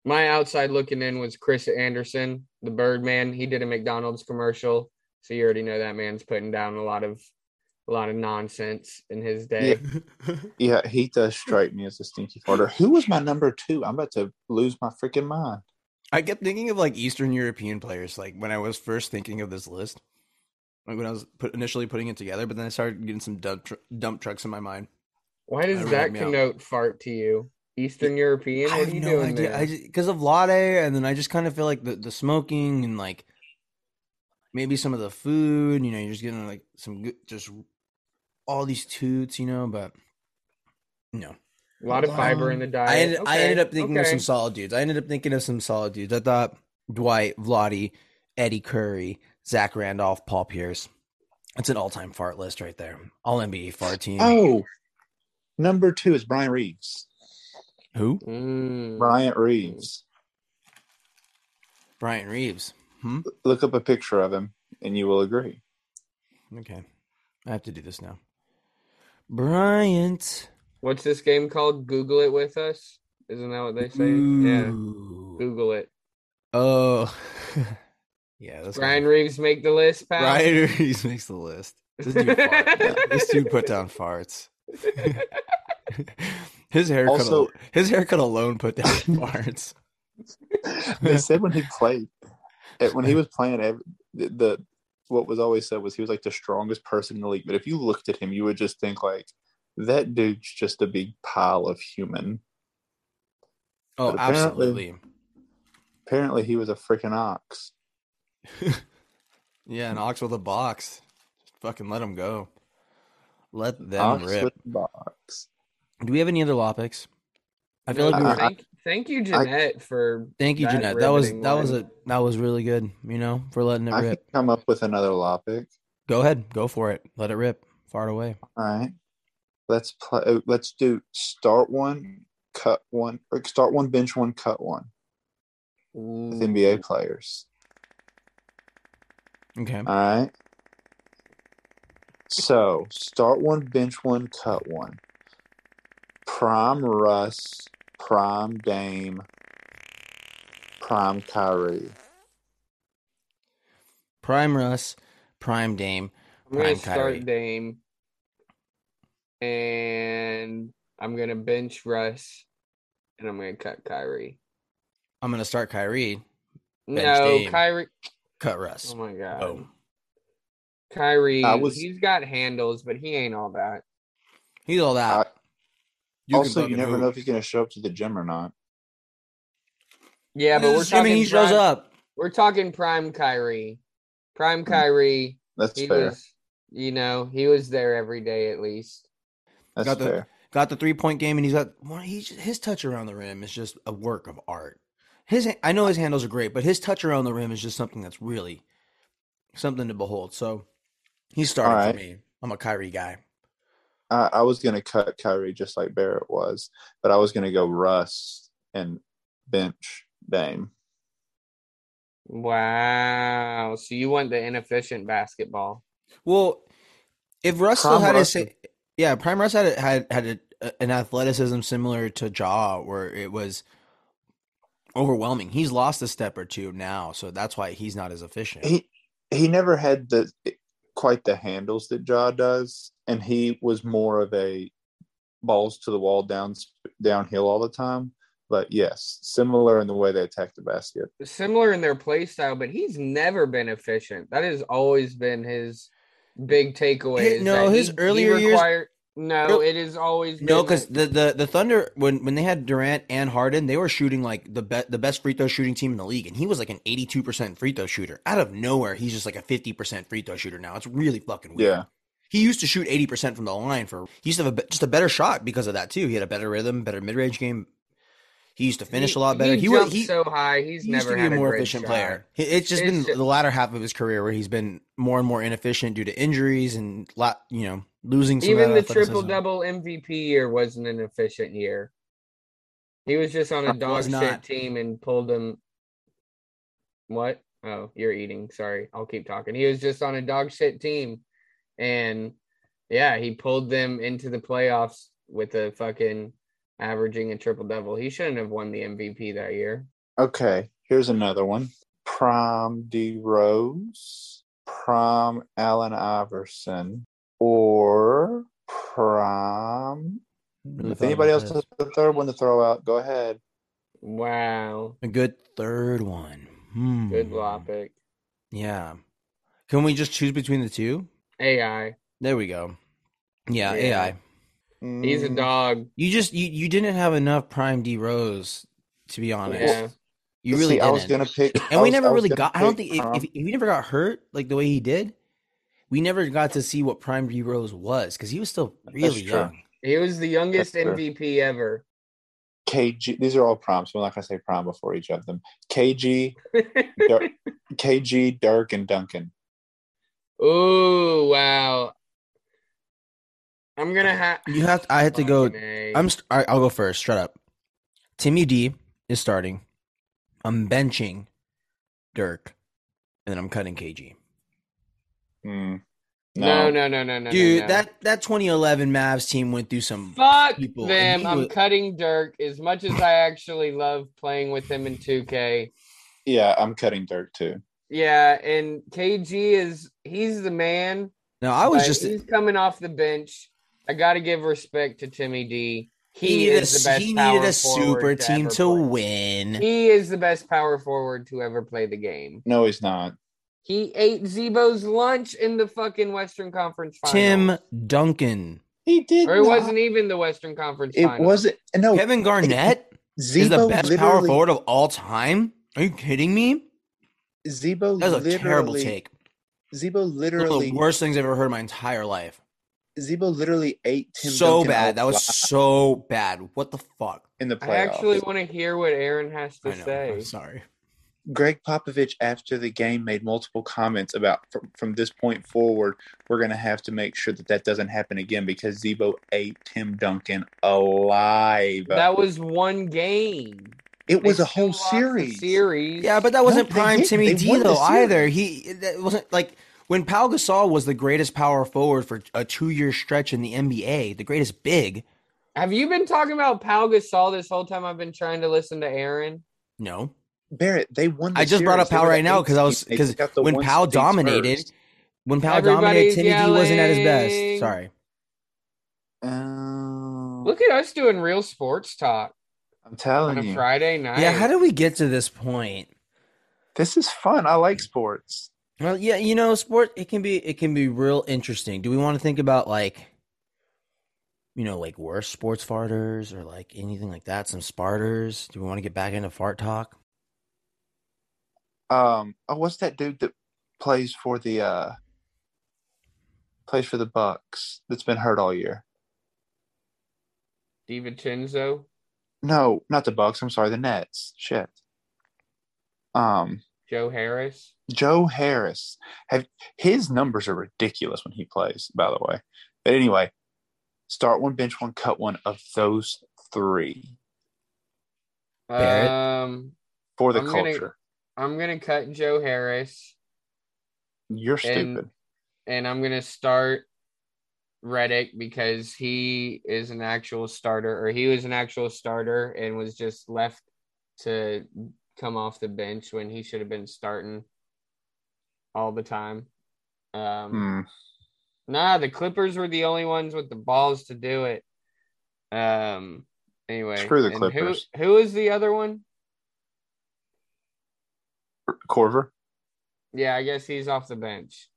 Speaker 1: My outside looking in was Chris Anderson, the Birdman. He did a McDonald's commercial, so you already know that man's putting down a lot of, a lot of nonsense in his day.
Speaker 2: [LAUGHS]
Speaker 3: Yeah, he does strike me as a stinky farter. Who was my number two? I'm about to lose my freaking mind.
Speaker 2: I kept thinking of like Eastern European players, like when I was first thinking of this list, like when I was put, initially putting it together. But then I started getting some dump tr- dump trucks in my mind.
Speaker 1: Why does
Speaker 2: That
Speaker 1: that
Speaker 2: really mean-
Speaker 1: connote fart to you? Eastern European?
Speaker 2: I
Speaker 1: What
Speaker 2: have
Speaker 1: are you
Speaker 2: no
Speaker 1: doing
Speaker 2: idea.
Speaker 1: there?
Speaker 2: I because of latte, and then I just kind of feel like the the smoking and like maybe some of the food. You know, you're just getting like some good, just all these toots. You know, but no.
Speaker 1: a lot of fiber in the diet.
Speaker 2: I ended, I
Speaker 1: Okay,
Speaker 2: ended up thinking of
Speaker 1: okay.
Speaker 2: some solid dudes. I ended up thinking of some solid dudes. I thought Dwight, Vladi, Eddie Curry, Zach Randolph, Paul Pierce. That's an all-time fart list right there. All NBA fart team.
Speaker 3: Oh, number two is Brian Reeves.
Speaker 2: Who?
Speaker 1: Mm.
Speaker 3: Bryant Reeves.
Speaker 2: Brian Reeves. Hmm?
Speaker 3: Look up a picture of him and you will [LAUGHS] agree.
Speaker 2: Okay. I have to do this now. Bryant.
Speaker 1: What's this game called? Google it with us. Isn't that what they say? Yeah,
Speaker 2: Ooh.
Speaker 1: Google it.
Speaker 2: Oh. [LAUGHS] yeah, that's
Speaker 1: Brian Reeves make the list, pal. [LAUGHS]
Speaker 2: Brian Reeves makes the list. This dude, fart. this dude put down farts. [LAUGHS] his haircut,
Speaker 3: Also-
Speaker 2: al- his haircut alone put down
Speaker 3: [LAUGHS]
Speaker 2: farts.
Speaker 3: they said when he played, that when he was playing, ev- the, the what was always said was he was like the strongest person in the league. But if you looked at him, you would just think like that dude's just a big pile of human.
Speaker 2: Oh, [LAUGHS]
Speaker 3: But apparently-
Speaker 2: absolutely.
Speaker 3: Apparently, he was a freaking ox.
Speaker 2: Yeah, an ox with a box. Just fucking let him go. Let them
Speaker 3: ox
Speaker 2: rip.
Speaker 3: with box.
Speaker 2: Do we have any other topics? I feel
Speaker 1: No,
Speaker 2: like we
Speaker 1: but
Speaker 3: were-
Speaker 2: were,
Speaker 1: thank, thank you, Jeanette, for
Speaker 2: thank you,
Speaker 1: that
Speaker 2: Jeanette. That was
Speaker 1: riveting
Speaker 2: that was
Speaker 1: one.
Speaker 2: a that was really good. You know, for letting it
Speaker 3: I could
Speaker 2: rip.
Speaker 3: come up with another topic.
Speaker 2: Go ahead, go for it. Let it rip. Fart away.
Speaker 3: All right. Let's play. uh, Let's do start one, cut one, or start one, bench one, cut one with
Speaker 2: Mm-hmm.
Speaker 3: NBA players.
Speaker 2: Okay.
Speaker 3: All right. So start one, bench one, cut one. Prime Russ, prime Dame, prime Kyrie.
Speaker 2: Prime Russ, Prime Dame.
Speaker 1: I'm gonna
Speaker 2: Prime
Speaker 1: start
Speaker 2: Kyrie.
Speaker 1: Dame, and I'm gonna bench Russ, and I'm gonna cut Kyrie.
Speaker 2: I'm gonna start Kyrie. Bench
Speaker 1: no,
Speaker 2: Dame.
Speaker 1: Kyrie.
Speaker 2: Cut Russ.
Speaker 1: Oh my god,
Speaker 2: Boom.
Speaker 1: Kyrie.
Speaker 3: I was-
Speaker 1: He's got handles, but he ain't all that.
Speaker 2: He's all that.
Speaker 3: I-
Speaker 2: You can
Speaker 3: also, you
Speaker 2: fucking
Speaker 3: never
Speaker 2: hoop.
Speaker 3: know if he's going to show up to the gym or not.
Speaker 1: Yeah, but we're
Speaker 2: assuming
Speaker 1: talking.
Speaker 2: he shows
Speaker 1: prime-
Speaker 2: up.
Speaker 1: We're talking prime Kyrie. Prime
Speaker 3: Mm.
Speaker 1: Kyrie.
Speaker 3: That's
Speaker 1: He
Speaker 3: fair.
Speaker 1: was, you know, he was there every day at least.
Speaker 3: That's
Speaker 2: Got the-
Speaker 3: fair.
Speaker 2: Got the three point game, and he's got well, he just, his touch around the rim is just a work of art. His I know his handles are great, but his touch around the rim is just something that's really something to behold. So he's starting
Speaker 3: All right.
Speaker 2: for me. I'm a Kyrie guy.
Speaker 3: I, I was going to cut Kyrie just like Barrett was, but I was going to go Russ and bench Dame.
Speaker 1: Wow. So you want the inefficient basketball?
Speaker 2: Well, If Russ still had
Speaker 3: Prime
Speaker 2: his,
Speaker 3: Russ-
Speaker 2: sa- yeah, Prime Russ had a, had had a, an athleticism similar to Jaw, where it was overwhelming. He's lost a step or two now, so that's why he's not as efficient.
Speaker 3: he he never had the quite the handles that Ja does, and he was more of a balls to the wall down downhill all the time. But yes, similar in the way they attack the basket.
Speaker 1: similar in their play style, but he's never been efficient. That has always been his big takeaway.
Speaker 2: Hey,
Speaker 1: is
Speaker 2: no,
Speaker 1: that
Speaker 2: his earlier years-
Speaker 1: No,
Speaker 2: No.
Speaker 1: it is always been-
Speaker 2: No, because the, the the Thunder when when they had Durant and Harden, they were shooting like the be- the best free throw shooting team in the league, and he was like an eighty two percent free throw shooter. Out of nowhere, he's just like a fifty percent free throw shooter now. It's really fucking weird.
Speaker 3: Yeah,
Speaker 2: He used to shoot eighty percent from the line for. He used to have a, be- just a better shot because of that too. He had a better rhythm, better mid range game. He used to finish a lot better.
Speaker 1: He,
Speaker 2: He,
Speaker 1: he,
Speaker 2: was
Speaker 1: jumped so high. He's
Speaker 2: he
Speaker 1: never
Speaker 2: used to
Speaker 1: had
Speaker 2: be a more
Speaker 1: great
Speaker 2: efficient
Speaker 1: shot.
Speaker 2: player. He- It's just
Speaker 1: It's
Speaker 2: been
Speaker 1: ju-
Speaker 2: the latter half of his career where he's been more and more inefficient due to injuries and lot you know losing. Some
Speaker 1: Even the
Speaker 2: of that
Speaker 1: triple
Speaker 2: athleticism.
Speaker 1: double MVP year wasn't an efficient year. He was just on a
Speaker 3: Was
Speaker 1: dog shit
Speaker 2: not.
Speaker 1: team and pulled him. What? Oh, you're eating. Sorry, I'll keep talking. He was just on a dog shit team, and yeah, he pulled them into the playoffs with a fucking averaging a triple double. He shouldn't have won the MVP that year.
Speaker 3: Okay, here's another one. Prime D Rose, Prime Allen Iverson, or Prime.
Speaker 2: Really
Speaker 3: if
Speaker 2: thought
Speaker 3: anybody
Speaker 2: about
Speaker 3: else
Speaker 2: this.
Speaker 3: has the third one to throw out, go ahead.
Speaker 1: Wow,
Speaker 2: A good third one. Hmm.
Speaker 3: Mm.
Speaker 1: good Lopic
Speaker 2: Yeah. Can we just choose between the two?
Speaker 1: AI.
Speaker 2: There we go. Yeah,
Speaker 1: Yeah.
Speaker 2: AI.
Speaker 1: He's a
Speaker 3: Mm,
Speaker 1: dog.
Speaker 2: You just you, you didn't have enough prime D Rose, to be honest.
Speaker 1: Yeah.
Speaker 2: You really
Speaker 3: See, I was
Speaker 2: didn't.
Speaker 3: gonna pick,
Speaker 2: and
Speaker 3: I
Speaker 2: we
Speaker 3: was-
Speaker 2: never
Speaker 3: I was
Speaker 2: really
Speaker 3: gonna uh-huh.
Speaker 2: got. I don't
Speaker 3: pick
Speaker 2: think if,
Speaker 3: Prime-
Speaker 2: if, if he never got hurt like the way he did, we never got to see what prime D Rose was because he was still really
Speaker 3: true.
Speaker 2: young.
Speaker 1: He was the youngest
Speaker 3: That's fair.
Speaker 1: MVP ever. [LAUGHS]
Speaker 3: KG. These are all primes, so I'm not gonna say prime before each of them. KG, Dirk, KG, Dirk, and Duncan.
Speaker 1: Oh wow! I'm gonna have.
Speaker 2: You have. I had to go.
Speaker 1: I'm.
Speaker 2: I'm. St- all right, I'll go first. Shut up. Timmy D is starting. I'm benching Dirk, and then I'm cutting KG.
Speaker 3: Hmm.
Speaker 1: No, no, no, no, no,
Speaker 2: Dude,
Speaker 1: no, no.
Speaker 2: that that 2011 Mavs team went through some.
Speaker 1: fuck
Speaker 2: people, and
Speaker 1: them.
Speaker 2: he
Speaker 1: I'm
Speaker 2: was-
Speaker 1: cutting Dirk. As much as I actually love playing with him in 2K,
Speaker 3: Yeah, I'm cutting Dirk too.
Speaker 1: yeah, and KG is he's the man.
Speaker 2: No, I was
Speaker 1: but
Speaker 2: just.
Speaker 1: he's coming off the bench. I got to give respect to Timmy D. He,
Speaker 2: He needed,
Speaker 1: is
Speaker 2: a,
Speaker 1: the best.
Speaker 2: he
Speaker 1: power
Speaker 2: needed a
Speaker 1: forward
Speaker 2: super
Speaker 1: to
Speaker 2: team
Speaker 1: ever
Speaker 2: to
Speaker 1: play.
Speaker 2: win.
Speaker 1: He is the best power forward to ever play the game.
Speaker 3: No, he's not.
Speaker 1: He ate Zebo's lunch in the fucking Western Conference Finals.
Speaker 2: Tim Duncan,
Speaker 3: He did.
Speaker 1: or it
Speaker 3: not.
Speaker 1: wasn't even the Western Conference.
Speaker 3: It
Speaker 1: Finals.
Speaker 3: wasn't. No,
Speaker 2: Kevin Garnett
Speaker 3: Oh, Zebo
Speaker 2: is the best power
Speaker 3: literally-
Speaker 2: forward of all time. Are you kidding me?
Speaker 3: Zebo
Speaker 2: That was a terrible
Speaker 3: literally-
Speaker 2: take.
Speaker 3: Zebo
Speaker 2: One of the
Speaker 3: literally.
Speaker 2: worst things I've ever heard in my entire life.
Speaker 3: Zebo literally ate Tim
Speaker 2: so
Speaker 3: Duncan
Speaker 2: bad. That
Speaker 3: alive
Speaker 2: was so bad. What the fuck?
Speaker 3: in the
Speaker 1: I
Speaker 3: playoffs.
Speaker 1: actually want to hear what Aaron has to
Speaker 2: I know. I'm
Speaker 1: say.
Speaker 2: sorry.
Speaker 3: Greg Popovich after the game made multiple comments about from, from this point forward, we're going to have to make sure that that doesn't happen again because Zebo ate Tim Duncan alive.
Speaker 1: That was one game.
Speaker 3: it was
Speaker 1: They
Speaker 3: a whole
Speaker 1: still lost the
Speaker 3: series.
Speaker 1: series.
Speaker 2: Yeah, but that wasn't
Speaker 3: they
Speaker 2: prime
Speaker 3: didn't.
Speaker 2: Timmy
Speaker 3: They
Speaker 2: D
Speaker 3: won the
Speaker 2: though
Speaker 3: series.
Speaker 2: either. He that wasn't like when Pau Gasol was the greatest power forward for a two-year stretch in the NBA, the greatest big.
Speaker 1: have you been talking about Pau Gasol this whole time? I've been trying to listen to Aaron.
Speaker 2: No,
Speaker 3: Barrett, they won. The
Speaker 2: I just brought
Speaker 3: series.
Speaker 2: up
Speaker 3: They
Speaker 2: Powell
Speaker 3: were the
Speaker 2: right now
Speaker 3: eighth
Speaker 2: 'cause I
Speaker 3: seed.
Speaker 2: was-
Speaker 3: They
Speaker 2: 'cause
Speaker 3: took out the
Speaker 2: when
Speaker 3: one
Speaker 2: Powell
Speaker 3: seed
Speaker 2: dominated-
Speaker 3: first.
Speaker 2: when Powell
Speaker 1: Everybody's
Speaker 2: dominated, Timmy D wasn't at his
Speaker 1: yelling.
Speaker 2: best. Sorry.
Speaker 3: Um,
Speaker 1: Look at us doing real sports talk
Speaker 3: I'm
Speaker 1: on
Speaker 3: telling
Speaker 1: a
Speaker 3: you,
Speaker 1: Friday night.
Speaker 2: Oh, Yeah, how did we get to this point?
Speaker 3: this is fun. I like sports.
Speaker 2: Well, yeah, you know, sport it can be it can be real interesting. Do we want to think about like you know, like worst sports farters or like anything like that, some sparters? Do we want to get back into fart talk?
Speaker 3: Um, oh, what's that dude that plays for the uh plays for the Bucks that's been hurt all year?
Speaker 1: DiVincenzo?
Speaker 3: No, not the Bucks. I'm sorry, the Nets. Shit. Um,
Speaker 1: Joe Harris?
Speaker 3: Joe Harris. Have his numbers are ridiculous when he plays. By the way, but anyway, start one, bench one, cut one of those three
Speaker 2: Barrett?
Speaker 1: Um,
Speaker 3: for the
Speaker 1: I'm gonna-
Speaker 3: culture.
Speaker 1: I'm gonna cut Joe Harris.
Speaker 3: You're stupid.
Speaker 1: and I'm gonna start Reddick because he is an actual starter, or he was an actual starter and was just left to come off the bench when he should have been starting all the time. Um,
Speaker 3: Hmm.
Speaker 1: Nah, the Clippers were the only ones with the balls to do it. Um. Anyway,
Speaker 3: Screw the
Speaker 1: and
Speaker 3: Clippers.
Speaker 1: Who who is the other one?
Speaker 3: Corver?
Speaker 1: Yeah, I guess he's off the bench.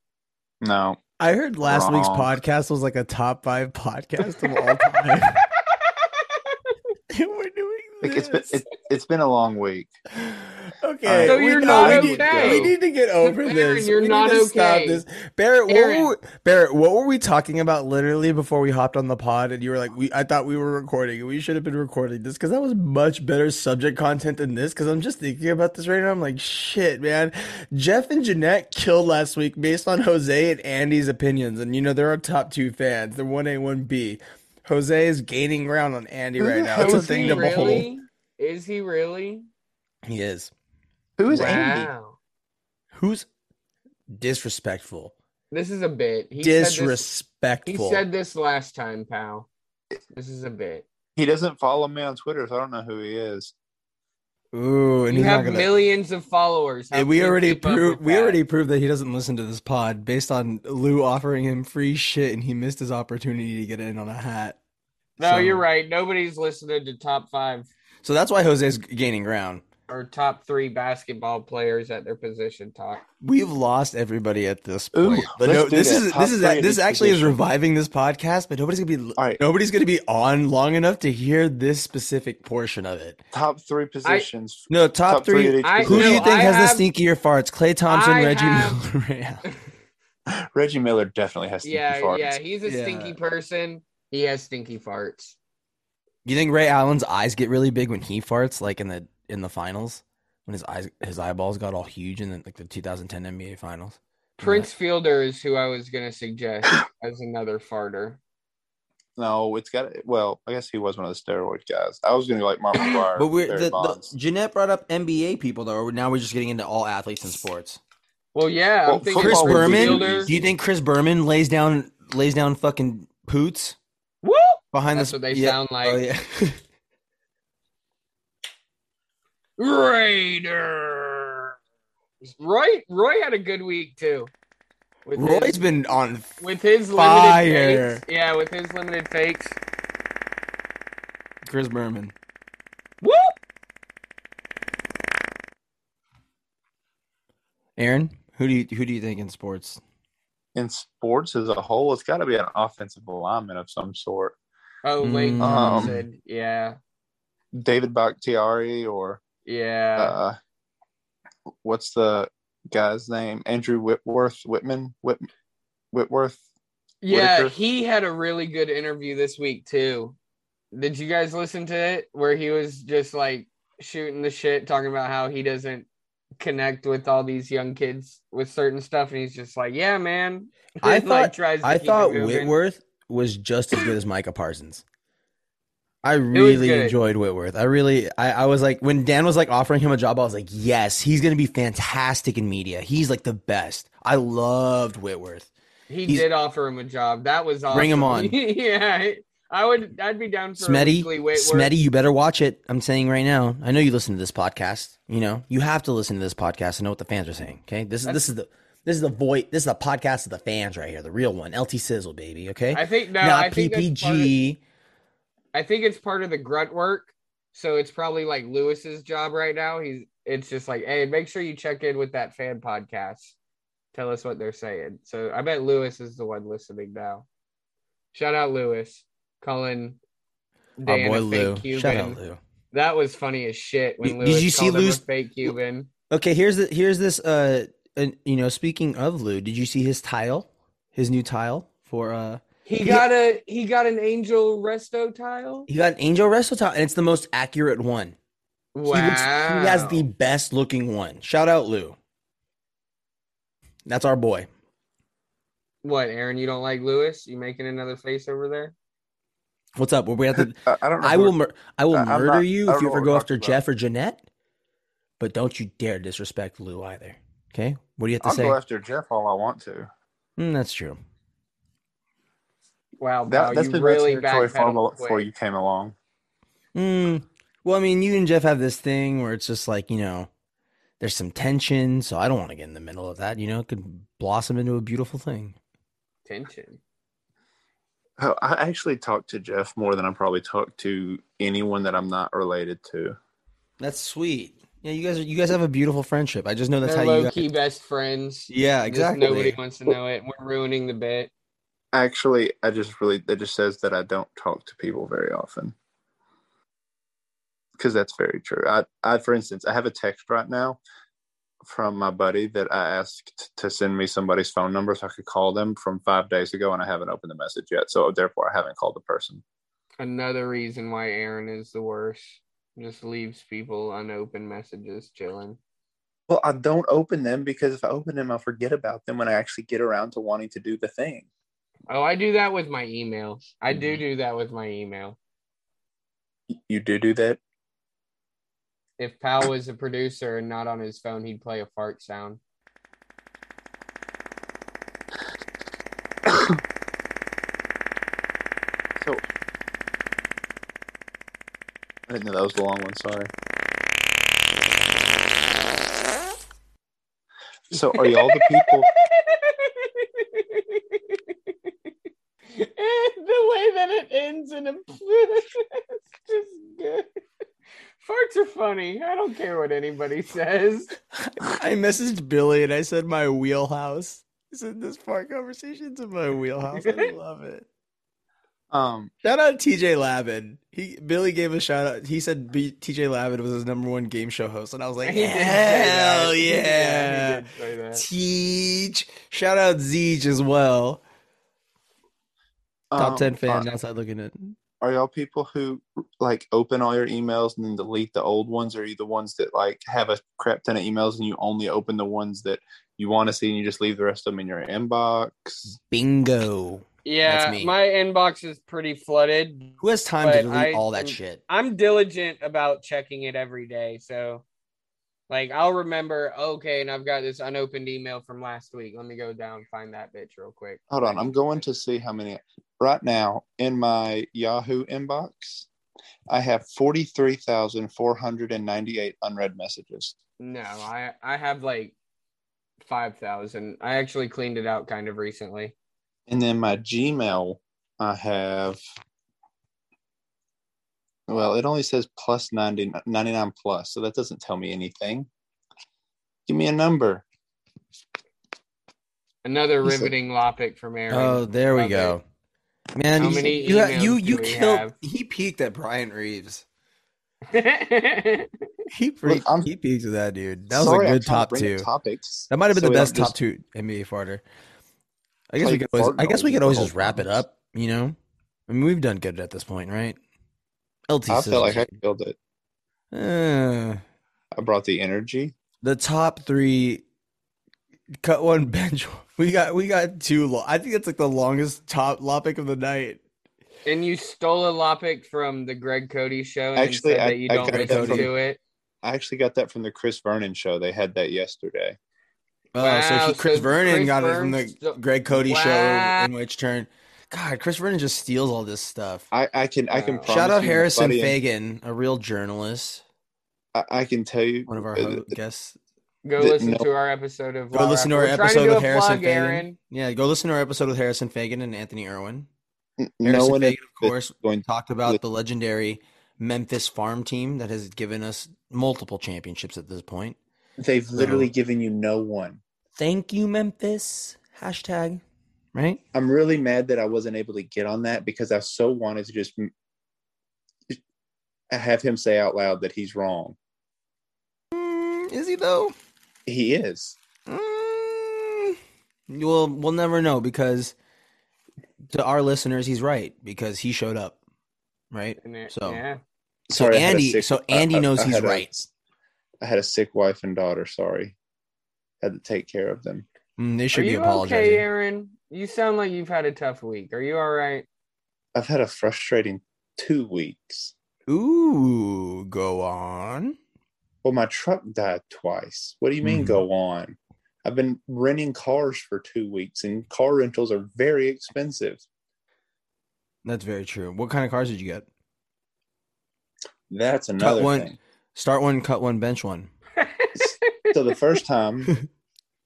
Speaker 3: No.
Speaker 4: I heard last week's
Speaker 3: Wrong.
Speaker 4: podcast was like a top five podcast of all time. [LAUGHS] And We're doing
Speaker 3: Like,
Speaker 4: this.
Speaker 3: it's been it, it's been a long week.
Speaker 4: okay.
Speaker 3: So
Speaker 4: we
Speaker 1: you're
Speaker 4: need-
Speaker 1: not
Speaker 4: we need,
Speaker 1: okay.
Speaker 4: We need to get over
Speaker 1: Aaron,
Speaker 4: this.
Speaker 1: you're
Speaker 4: we
Speaker 1: not
Speaker 4: need to stop
Speaker 1: okay.
Speaker 4: this. Barrett, what
Speaker 1: Aaron.
Speaker 4: were we, Barrett, what were we talking about literally before we hopped on the pod? And you were like, "We, I thought we were recording. We should have been recording this because that was much better subject content than this. Because I'm just thinking about this right now. I'm like, shit, man. Jeff and Jeanette killed last week based on Jose and Andy's opinions. And you know they're our top two fans. They're one A, one B. Jose is gaining ground on Andy
Speaker 3: Who the
Speaker 4: right now.
Speaker 3: hell
Speaker 4: It's a
Speaker 3: is
Speaker 4: thing
Speaker 1: he
Speaker 4: to behold.
Speaker 1: really? Is he really?
Speaker 4: He is.
Speaker 3: Who is
Speaker 1: wow.
Speaker 3: Andy?
Speaker 4: Who's disrespectful?
Speaker 1: This is a bit. He Said this,
Speaker 4: disrespectful.
Speaker 1: he said this last time, pal. This is a bit.
Speaker 3: He doesn't follow me on Twitter, so I don't know who he is.
Speaker 2: Ooh,
Speaker 1: You have millions of followers. How
Speaker 2: Hey, we
Speaker 1: can you
Speaker 2: already
Speaker 1: keep up
Speaker 2: proved
Speaker 1: with
Speaker 2: we
Speaker 1: that?
Speaker 2: already proved that he doesn't listen to this pod based on Lou offering him free shit and he missed his opportunity to get in on a hat.
Speaker 1: No,
Speaker 2: So-
Speaker 1: you're right. Nobody's listening to top five
Speaker 2: So that's why Jose's gaining ground.
Speaker 1: or top three basketball players at their position talk.
Speaker 2: We've lost everybody at this
Speaker 3: Ooh,
Speaker 2: point. but
Speaker 3: let's
Speaker 2: no,
Speaker 3: do
Speaker 2: this
Speaker 3: that.
Speaker 2: is
Speaker 3: Top
Speaker 2: this is
Speaker 3: three at
Speaker 2: this
Speaker 3: each
Speaker 2: actually is
Speaker 3: position.
Speaker 2: reviving this podcast, but nobody's gonna be
Speaker 3: All right,
Speaker 2: nobody's gonna be on long enough to hear this specific portion of it.
Speaker 3: top three positions.
Speaker 2: No, top,
Speaker 3: three
Speaker 2: three.
Speaker 3: at each
Speaker 1: I-
Speaker 2: Who do
Speaker 1: No,
Speaker 2: you think has
Speaker 1: have-
Speaker 2: the stinkier farts? Clay Thompson,
Speaker 1: I
Speaker 2: Reggie
Speaker 1: have-
Speaker 2: Miller. Yeah.
Speaker 3: Reggie Miller definitely has stinky
Speaker 1: yeah,
Speaker 3: farts.
Speaker 1: yeah. He's a
Speaker 2: Yeah.
Speaker 1: stinky person. He has stinky farts.
Speaker 2: You think Ray Allen's eyes get really big when he farts, like in the in the finals, when his eyes his eyeballs got all huge in the, like the 2010 NBA Finals?
Speaker 1: Prince Fielder is who I was gonna
Speaker 2: [COUGHS]
Speaker 1: suggest as another farter.
Speaker 3: No, it's got well. I guess he was one of the steroid guys. I was gonna go
Speaker 2: [CLEARS THROAT]
Speaker 3: like Mark McGuire,
Speaker 2: But we're
Speaker 3: Barry
Speaker 2: the,
Speaker 3: Bonds.
Speaker 2: the Jeanette brought up NBA people though. Now we're just getting into all athletes and sports.
Speaker 1: Well, yeah,
Speaker 3: Well,
Speaker 1: I'm thinking
Speaker 2: Chris
Speaker 1: Prince
Speaker 3: football would be
Speaker 2: Berman?
Speaker 1: Fielder.
Speaker 2: Do you think Chris Berman lays down lays down fucking poots
Speaker 1: Woo!
Speaker 2: behind
Speaker 1: That's
Speaker 2: the?
Speaker 1: what they
Speaker 2: yeah.
Speaker 1: sound like.
Speaker 2: Oh yeah. [LAUGHS]
Speaker 1: Raider. Roy Roy had a good week too. With
Speaker 2: Roy's
Speaker 1: his,
Speaker 2: been on.
Speaker 1: with his
Speaker 2: fire.
Speaker 1: limited fakes. Yeah, with his limited fakes.
Speaker 2: Chris Berman.
Speaker 1: Woo!
Speaker 2: Aaron, who do you who do you think in sports?
Speaker 3: in sports as a whole, it's got to be an offensive alignment of some sort.
Speaker 1: Oh, Lane
Speaker 2: Mm.
Speaker 1: Thompson. Yeah.
Speaker 3: David Bakhtiari or
Speaker 1: Yeah.
Speaker 3: uh, what's the guy's name? Andrew Whitworth, Whitman, Whit, Whitworth.
Speaker 1: yeah,
Speaker 3: Whitaker.
Speaker 1: he had a really good interview this week too. Did you guys listen to it where he was just like shooting the shit talking about how he doesn't connect with all these young kids with certain stuff and he's just like, "Yeah, man." [LAUGHS]
Speaker 4: I
Speaker 1: And,
Speaker 4: thought-
Speaker 1: tries to
Speaker 4: I
Speaker 1: keep it
Speaker 4: thought
Speaker 1: moving.
Speaker 4: Whitworth was just as good as Micah Parsons. I
Speaker 1: was
Speaker 4: really
Speaker 1: good.
Speaker 4: enjoyed Whitworth. I really, I, I was like, when Dan was like offering him a job, I was like, yes, he's going to be fantastic in media. He's like the best. I loved Whitworth.
Speaker 1: He
Speaker 4: He's-
Speaker 1: did offer him a job. That was awesome.
Speaker 2: Bring him on.
Speaker 1: [LAUGHS] yeah, I would. I'd be down for a
Speaker 2: Smetty,
Speaker 1: weekly Whitworth.
Speaker 2: Smetty, you better watch it. I'm saying right now. I know you listen to this podcast. You know you have to listen to this podcast to know what the fans are saying. Okay, this is this is the this is the voice. This is the podcast of the fans right here, the real one. LT Sizzle, baby. Okay,
Speaker 1: I think no.
Speaker 2: not
Speaker 1: I think that's part of-
Speaker 2: PPG.
Speaker 1: I think it's part of the grunt work. So it's probably like Lewis's job right now. He's. It's just like, hey, make sure you check in with that fan podcast. Tell us what they're saying. So I bet Lewis is the one listening now. Shout out Lewis, calling Dan
Speaker 2: Our boy
Speaker 1: a fake
Speaker 2: Lou.
Speaker 1: Cuban.
Speaker 2: Shout out Lou.
Speaker 1: That was funny as shit when
Speaker 2: Did-
Speaker 1: Lewis
Speaker 2: did you see
Speaker 1: called him a
Speaker 2: Lou's-
Speaker 1: fake Cuban.
Speaker 2: Okay, here's the here's this. Uh, and, you know, speaking of Lou, did you see his tile? His new tile for uh,
Speaker 1: He
Speaker 2: Yeah.
Speaker 1: got a he got an angel resto tile.
Speaker 2: he got an angel wrestle tile, and it's the most accurate one.
Speaker 1: Wow,
Speaker 2: He, looks, he has the best looking one. Shout out Lou. That's our boy.
Speaker 1: what, Aaron? You don't like Lewis? You making another face over there?
Speaker 2: What's up? We're we at
Speaker 3: [LAUGHS]
Speaker 2: the,
Speaker 3: I, I don't know.
Speaker 2: I
Speaker 3: who-
Speaker 2: will mur- I will
Speaker 3: I- I'm
Speaker 2: murder
Speaker 3: not-
Speaker 2: you if
Speaker 3: I don't
Speaker 2: you
Speaker 3: know
Speaker 2: ever
Speaker 3: what
Speaker 2: go
Speaker 3: we're
Speaker 2: after
Speaker 3: talking
Speaker 2: Jeff or Jeanette. But don't you dare disrespect Lou either. Okay? What do you have to Hmm,
Speaker 3: I'll
Speaker 2: say?
Speaker 3: go after Jeff all I want to.
Speaker 2: Mm, that's true.
Speaker 1: Wow,
Speaker 3: That,
Speaker 1: that,
Speaker 3: that's
Speaker 1: you
Speaker 3: been
Speaker 1: really
Speaker 3: really Troy
Speaker 1: backpedaled
Speaker 3: Fumbel
Speaker 1: quick.
Speaker 3: before you came along.
Speaker 2: Mm, well, I mean, you and Jeff have this thing where it's just like, you know, there's some tension, so I don't want to get in the middle of that. You know, it could blossom into a beautiful thing.
Speaker 1: Tension.
Speaker 3: Oh, I actually talked to Jeff more than I probably talked to anyone that I'm not related to.
Speaker 2: That's sweet. Yeah, you guys are you guys have a beautiful friendship. I just know that's
Speaker 1: They're
Speaker 2: how you
Speaker 1: low
Speaker 2: guys,
Speaker 1: key best friends.
Speaker 2: Yeah,
Speaker 1: Just
Speaker 2: exactly.
Speaker 1: nobody wants to know it. We're ruining the bit.
Speaker 3: Actually, I just really that just says that I don't talk to people very often. Because that's very true. I, I, for instance, I have a text right now from my buddy that I asked to send me somebody's phone number so I could call them from five days ago, and I haven't opened the message yet. So therefore, I haven't called the person.
Speaker 1: Another reason why Aaron is the worst. Just leaves people unopened messages chilling.
Speaker 3: Well, I don't open them because if I open them, I forget about them when I actually get around to wanting to do the thing.
Speaker 1: Oh, I do that with my email. I
Speaker 2: Mm-hmm.
Speaker 1: do do that with my email.
Speaker 3: You do do that.
Speaker 1: If Pal was a producer and not on his phone, he'd play a fart sound.
Speaker 3: So I didn't know that was the long one. Sorry. So are y'all the [LAUGHS] people?
Speaker 1: [LAUGHS] the way that it ends in a [LAUGHS] it's just good. Farts are funny. I don't care what anybody says.
Speaker 4: [LAUGHS] I messaged Billy and I said my wheelhouse. I said this fart conversation's in my wheelhouse.
Speaker 1: [LAUGHS]
Speaker 4: I love it.
Speaker 3: Um,
Speaker 4: Shout out TJ Lavin. He Billy gave a shout out. He said B, TJ Lavin was his number one game show host, and I was like,
Speaker 1: [LAUGHS] He did say that.
Speaker 4: hell
Speaker 1: [LAUGHS] Yeah,
Speaker 4: yeah,
Speaker 1: he did say that.
Speaker 4: Teach. Shout out Zeech as well.
Speaker 1: Oh,
Speaker 3: um,
Speaker 2: Top ten fan
Speaker 3: Are,
Speaker 2: outside looking at.
Speaker 3: are y'all people who like open all your emails and then delete the old ones? Or are you the ones that like have a crap ton of emails and you only open the ones that you want to see and you just leave the rest of them in your inbox?
Speaker 2: Bingo.
Speaker 1: Yeah,
Speaker 2: That's me.
Speaker 1: my inbox is pretty flooded.
Speaker 2: Who has time
Speaker 1: But
Speaker 2: to delete
Speaker 1: I-
Speaker 2: all that shit?
Speaker 1: I'm diligent about checking it every day. So, like, I'll remember, okay, and I've got this unopened email from last week. Let me go down and find that bitch real quick.
Speaker 3: Hold on, I'm going to see how many right now in my Yahoo inbox. I have 43,498 unread messages.
Speaker 1: No, I I have like five thousand. I actually cleaned it out kind of recently.
Speaker 3: And then my Gmail, I have, well, it only says plus 90, 99 plus, so that doesn't tell me anything. Give me a number.
Speaker 1: Another
Speaker 3: He said-
Speaker 1: riveting lopic from Aaron.
Speaker 2: Oh, there we
Speaker 1: Okay.
Speaker 2: go. Man,
Speaker 1: How
Speaker 2: you,
Speaker 1: many
Speaker 2: you, ha-
Speaker 1: emails
Speaker 2: you,
Speaker 1: do
Speaker 2: you
Speaker 1: we
Speaker 2: killed.
Speaker 1: have?
Speaker 2: He peaked at Brian Reeves.
Speaker 3: Oh.
Speaker 4: He
Speaker 3: [LAUGHS] Look,
Speaker 4: freaked-
Speaker 3: I'm-
Speaker 4: he peaked with that dude. That was
Speaker 3: Sorry,
Speaker 4: a
Speaker 3: I'm
Speaker 4: good
Speaker 3: trying to
Speaker 4: top
Speaker 3: bring up
Speaker 4: two.
Speaker 3: Topics.
Speaker 4: That might have been
Speaker 3: So
Speaker 4: the
Speaker 3: we don't
Speaker 4: best top
Speaker 3: just-
Speaker 4: two NBA farter. I guess
Speaker 3: Play
Speaker 4: we could always.
Speaker 3: fart
Speaker 4: I guess we
Speaker 3: noise
Speaker 4: could always
Speaker 3: the
Speaker 4: just
Speaker 3: whole
Speaker 4: wrap it
Speaker 3: time.
Speaker 4: up. You know, I mean, we've done good at this point, right? LT
Speaker 3: I
Speaker 4: Sizzle.
Speaker 3: felt like I killed it.
Speaker 4: Uh,
Speaker 3: I brought the energy.
Speaker 4: the top three. Cut
Speaker 2: [LAUGHS]
Speaker 4: one bench. We got we got two. Lo- I think that's like the longest top topic of the night.
Speaker 1: [LAUGHS] and you stole a lopic from the Greg Cody show and
Speaker 3: Actually,
Speaker 1: said
Speaker 3: I-
Speaker 1: that you
Speaker 3: I
Speaker 1: don't
Speaker 3: got
Speaker 4: it
Speaker 1: listen
Speaker 4: from-
Speaker 1: to it.
Speaker 3: I actually got that from the Chris Vernon show. They had that yesterday.
Speaker 4: Oh,
Speaker 1: Wow,
Speaker 4: so he, Chris
Speaker 1: so
Speaker 4: Vernon
Speaker 1: Chris
Speaker 4: got it
Speaker 1: Vernon's
Speaker 4: from
Speaker 1: the-
Speaker 4: the Greg Cody
Speaker 1: Wow.
Speaker 4: show, in which turn, God, Chris Vernon just steals all this stuff.
Speaker 3: I, I can I can
Speaker 1: Wow.
Speaker 3: promise
Speaker 2: Shout out
Speaker 3: you, my
Speaker 2: Harrison
Speaker 3: buddy and-
Speaker 2: Fagan, a real journalist,
Speaker 3: I, I can tell you
Speaker 2: one of our
Speaker 3: uh,
Speaker 2: ho- guests.
Speaker 1: Go
Speaker 3: Th-
Speaker 1: listen
Speaker 3: no.
Speaker 1: to our episode of.
Speaker 2: Go
Speaker 1: Law
Speaker 2: listen to
Speaker 1: Rap.
Speaker 2: our
Speaker 1: We're trying
Speaker 2: episode
Speaker 1: do
Speaker 2: with
Speaker 1: a
Speaker 2: Harrison
Speaker 1: plug,
Speaker 2: Fagan.
Speaker 1: Aaron.
Speaker 2: Yeah, go listen to our episode with Harrison Fagan and Anthony Irwin.
Speaker 3: n- no
Speaker 2: Harrison
Speaker 3: one is
Speaker 2: Fagan, of course,
Speaker 3: going.
Speaker 2: talked about
Speaker 3: Lit-
Speaker 2: the legendary Memphis farm team that has given us multiple championships at this point.
Speaker 3: They've literally
Speaker 2: So-
Speaker 3: given you no one.
Speaker 2: Thank you, Memphis. Hashtag. Right?
Speaker 3: I'm really mad that I wasn't able to get on that because I so wanted to just m- have him say out loud that he's wrong.
Speaker 2: Mm, is he though?
Speaker 3: He is.
Speaker 2: Mm, well, we'll never know because to our listeners, he's right because he showed up. Right?
Speaker 1: And it-
Speaker 2: So.
Speaker 1: yeah,
Speaker 2: So
Speaker 3: Sorry, I had a
Speaker 2: Andy,
Speaker 3: sick-
Speaker 2: so
Speaker 3: I-
Speaker 2: Andy
Speaker 3: I-
Speaker 2: knows
Speaker 3: I
Speaker 2: he's
Speaker 3: had a-
Speaker 2: right.
Speaker 3: I had a sick wife and daughter. Sorry, had to take care of them.
Speaker 2: Mm, they
Speaker 1: are
Speaker 2: should be
Speaker 1: you
Speaker 2: apologizing.
Speaker 1: okay, Aaron? You sound like you've had a tough week. Are you all right?
Speaker 3: I've had a frustrating two weeks.
Speaker 2: Ooh, go on.
Speaker 3: Well, my truck died twice. What do you mean
Speaker 2: Mhm.
Speaker 3: go on? I've been renting cars for two weeks, and car rentals are very expensive.
Speaker 2: That's very true. What kind of cars did you get?
Speaker 3: That's another
Speaker 2: one.
Speaker 3: thing.
Speaker 2: Start one, cut one, bench one.
Speaker 3: So the first time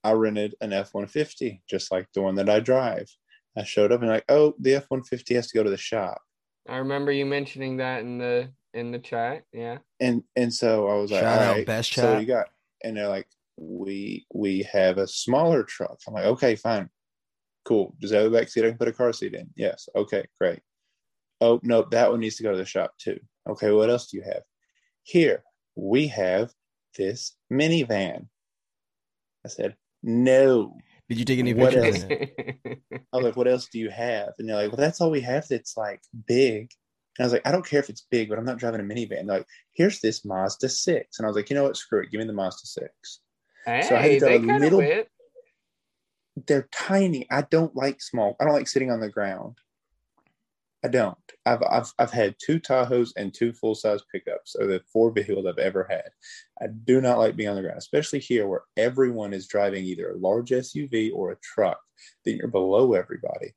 Speaker 3: I rented an F one fifty, just like the one that I drive. I showed up and like, oh, the F one fifty has to go to the shop.
Speaker 1: [LAUGHS] I remember you mentioning that in the in the chat. Yeah.
Speaker 3: And and so I was like,
Speaker 2: Shout
Speaker 3: all
Speaker 2: out,
Speaker 3: right,
Speaker 2: best
Speaker 3: So
Speaker 2: chat.
Speaker 3: you got and they're like, we we have a smaller truck. I'm like, okay, fine, cool. Does that have a back seat? I can put a car seat in. Yes. Okay, great. Oh nope, that one needs to go to the shop too. Okay, what else do you have? Here we have this minivan. I said, no.
Speaker 2: Did you take any
Speaker 3: What
Speaker 2: pictures?
Speaker 3: else?
Speaker 2: in it?
Speaker 1: [LAUGHS]
Speaker 3: I was like, what else do you have? And they're like, well, that's all we have that's like big. And I was like, I don't care if it's big, but I'm not driving a minivan. They're like, here's this Mazda 6. And I was like, you know what? Screw it. Give me the Mazda 6.
Speaker 1: hey,
Speaker 3: So I had to
Speaker 1: they
Speaker 3: go
Speaker 1: kind
Speaker 3: little-
Speaker 1: of went.
Speaker 3: They're tiny. I don't like small. I don't like sitting on the ground. I don't. I've I've, I've had two Tahoes and two full size pickups. Are the four vehicles I've ever had. I do not like being on the ground, especially here where everyone is driving either a large SUV or a truck. Then you're below everybody.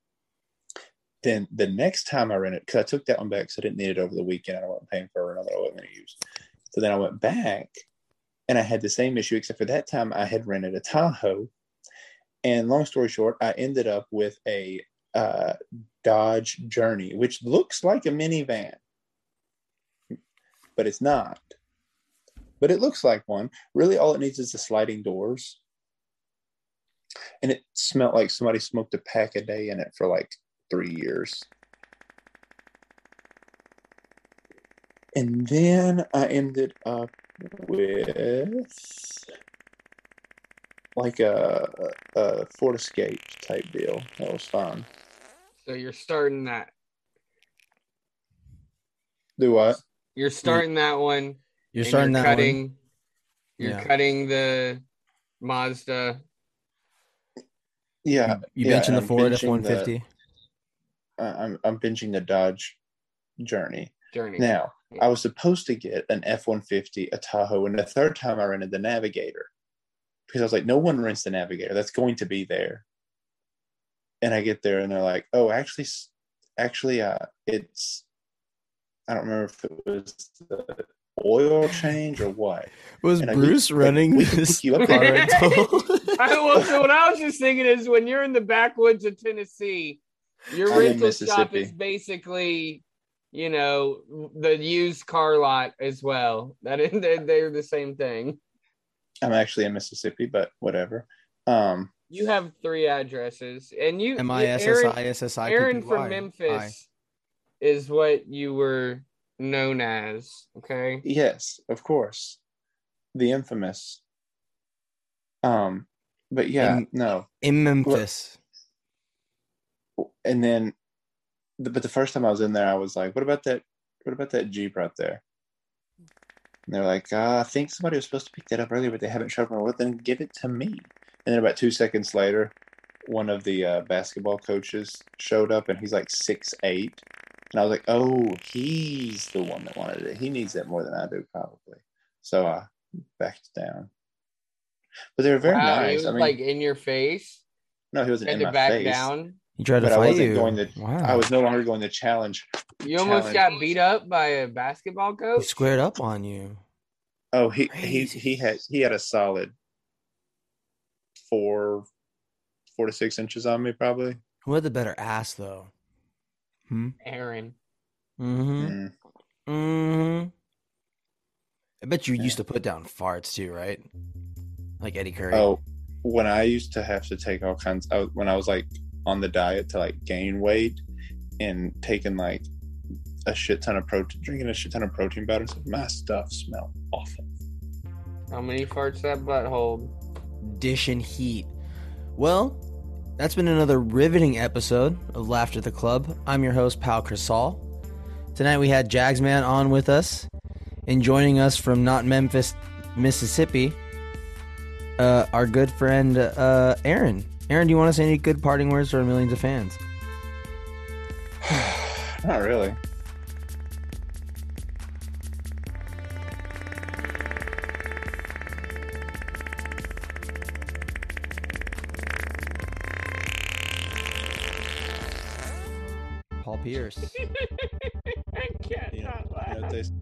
Speaker 3: Then the next time I rented, because I took that one back because I didn't need it over the weekend. I wasn't paying for another I wasn't going to use. So then I went back and I had the same issue, except for that time I had rented a Tahoe. And long story short, I ended up with a uh, Dodge Journey, which looks like a minivan, but it's not. But it looks like one. Really, all it needs is the sliding doors. And it smelled like somebody smoked a pack a day in it for like three years. And then I ended up with like a, a Ford Escape type deal. That was fine.
Speaker 1: So you're starting that.
Speaker 3: Do what?
Speaker 1: You're starting that one.
Speaker 2: Mm. You're
Speaker 1: and
Speaker 2: starting that
Speaker 1: cutting,
Speaker 2: one.
Speaker 1: You're
Speaker 2: Yeah.
Speaker 1: cutting the Mazda.
Speaker 3: Yeah,
Speaker 2: You
Speaker 3: yeah,
Speaker 2: mentioned
Speaker 3: and
Speaker 2: the
Speaker 3: I'm
Speaker 2: Ford
Speaker 3: benching
Speaker 2: F one fifty.
Speaker 3: the- I- I'm I'm binging the Dodge Journey
Speaker 1: Journey.
Speaker 3: now. I was supposed to get an F one fifty, a Tahoe, and the third time I rented the Navigator because I was like, no one rents the Navigator. That's going to be there. And I get there, and they're like, oh, actually, s- actually, uh, it's I don't remember if it was the oil change or what.
Speaker 5: Was
Speaker 3: And I-
Speaker 5: Bruce running
Speaker 3: we can
Speaker 5: this
Speaker 3: pick you up
Speaker 5: car
Speaker 3: later.
Speaker 5: [LAUGHS] rental?
Speaker 3: [LAUGHS]
Speaker 1: I, well, so what I was just thinking is when you're in the backwoods of Tennessee, your
Speaker 3: I'm in
Speaker 1: rental shop
Speaker 3: Mississippi.
Speaker 1: is basically, you know, the used car lot as well. That is, they're, they're the same thing.
Speaker 3: I'm actually in Mississippi, but whatever. Um,
Speaker 1: You have three addresses, and you
Speaker 2: M I S S I
Speaker 1: Aaron,
Speaker 2: S S I.
Speaker 1: Aaron from Memphis is what you were known as. Okay,
Speaker 3: Yes, of course. The infamous. Um, but yeah,
Speaker 2: In-
Speaker 3: no.
Speaker 2: In Memphis.
Speaker 3: And then the, but the first time I was in there, I was like, what about that what about that Jeep right there? And they're like, uh, I think somebody was supposed to pick that up earlier, but they haven't showed up. Well, then give it to me. And then about two seconds later, one of the uh, basketball coaches showed up, and he's like six eight. And I was like, oh, he's the one that wanted it. He needs it more than I do, probably. So I backed down. But they were very
Speaker 1: wow, Uh, he
Speaker 3: nice.
Speaker 1: was
Speaker 3: I mean,
Speaker 1: like in your face,
Speaker 3: no, he wasn't
Speaker 1: had
Speaker 3: in
Speaker 1: to
Speaker 3: my
Speaker 1: back
Speaker 3: face.
Speaker 1: down.
Speaker 2: He tried to
Speaker 3: but I
Speaker 2: fight
Speaker 3: wasn't
Speaker 2: you.
Speaker 3: going to-
Speaker 2: wow.
Speaker 3: I was no longer going to challenge.
Speaker 1: You almost got
Speaker 3: Challenge.
Speaker 1: beat up by a basketball
Speaker 2: He
Speaker 1: coach.
Speaker 2: squared up on you.
Speaker 3: Oh, he he he had he had a solid four four to six inches on me, probably.
Speaker 2: Who had the better ass though? Hmm.
Speaker 1: Aaron.
Speaker 2: Mm-hmm.
Speaker 3: Mm.
Speaker 2: Mm-hmm. I bet you
Speaker 3: Yeah.
Speaker 2: used to put down farts too, right? Like Eddie Curry.
Speaker 3: Oh, when I used to have to take all kinds. I, when I was like on the diet to like gain weight and taking like a shit ton of protein, drinking a shit ton of protein powder, and stuff, my stuff smelled awful. [SIGHS]
Speaker 1: How many farts that butthole?
Speaker 2: dish and heat. Well, that's been another riveting episode of Laughter at the Club. I'm your host, Pal Crisal. Tonight we had Jagsman on with us, and joining us from not Memphis, Mississippi, uh, our good friend uh, Aaron. Aaron, do you want to say any good parting words to our millions of fans?
Speaker 3: Not really.
Speaker 2: Paul P.
Speaker 6: Pierce.
Speaker 2: I can't
Speaker 1: Yeah.
Speaker 2: not laugh.
Speaker 1: Yeah, it tastes-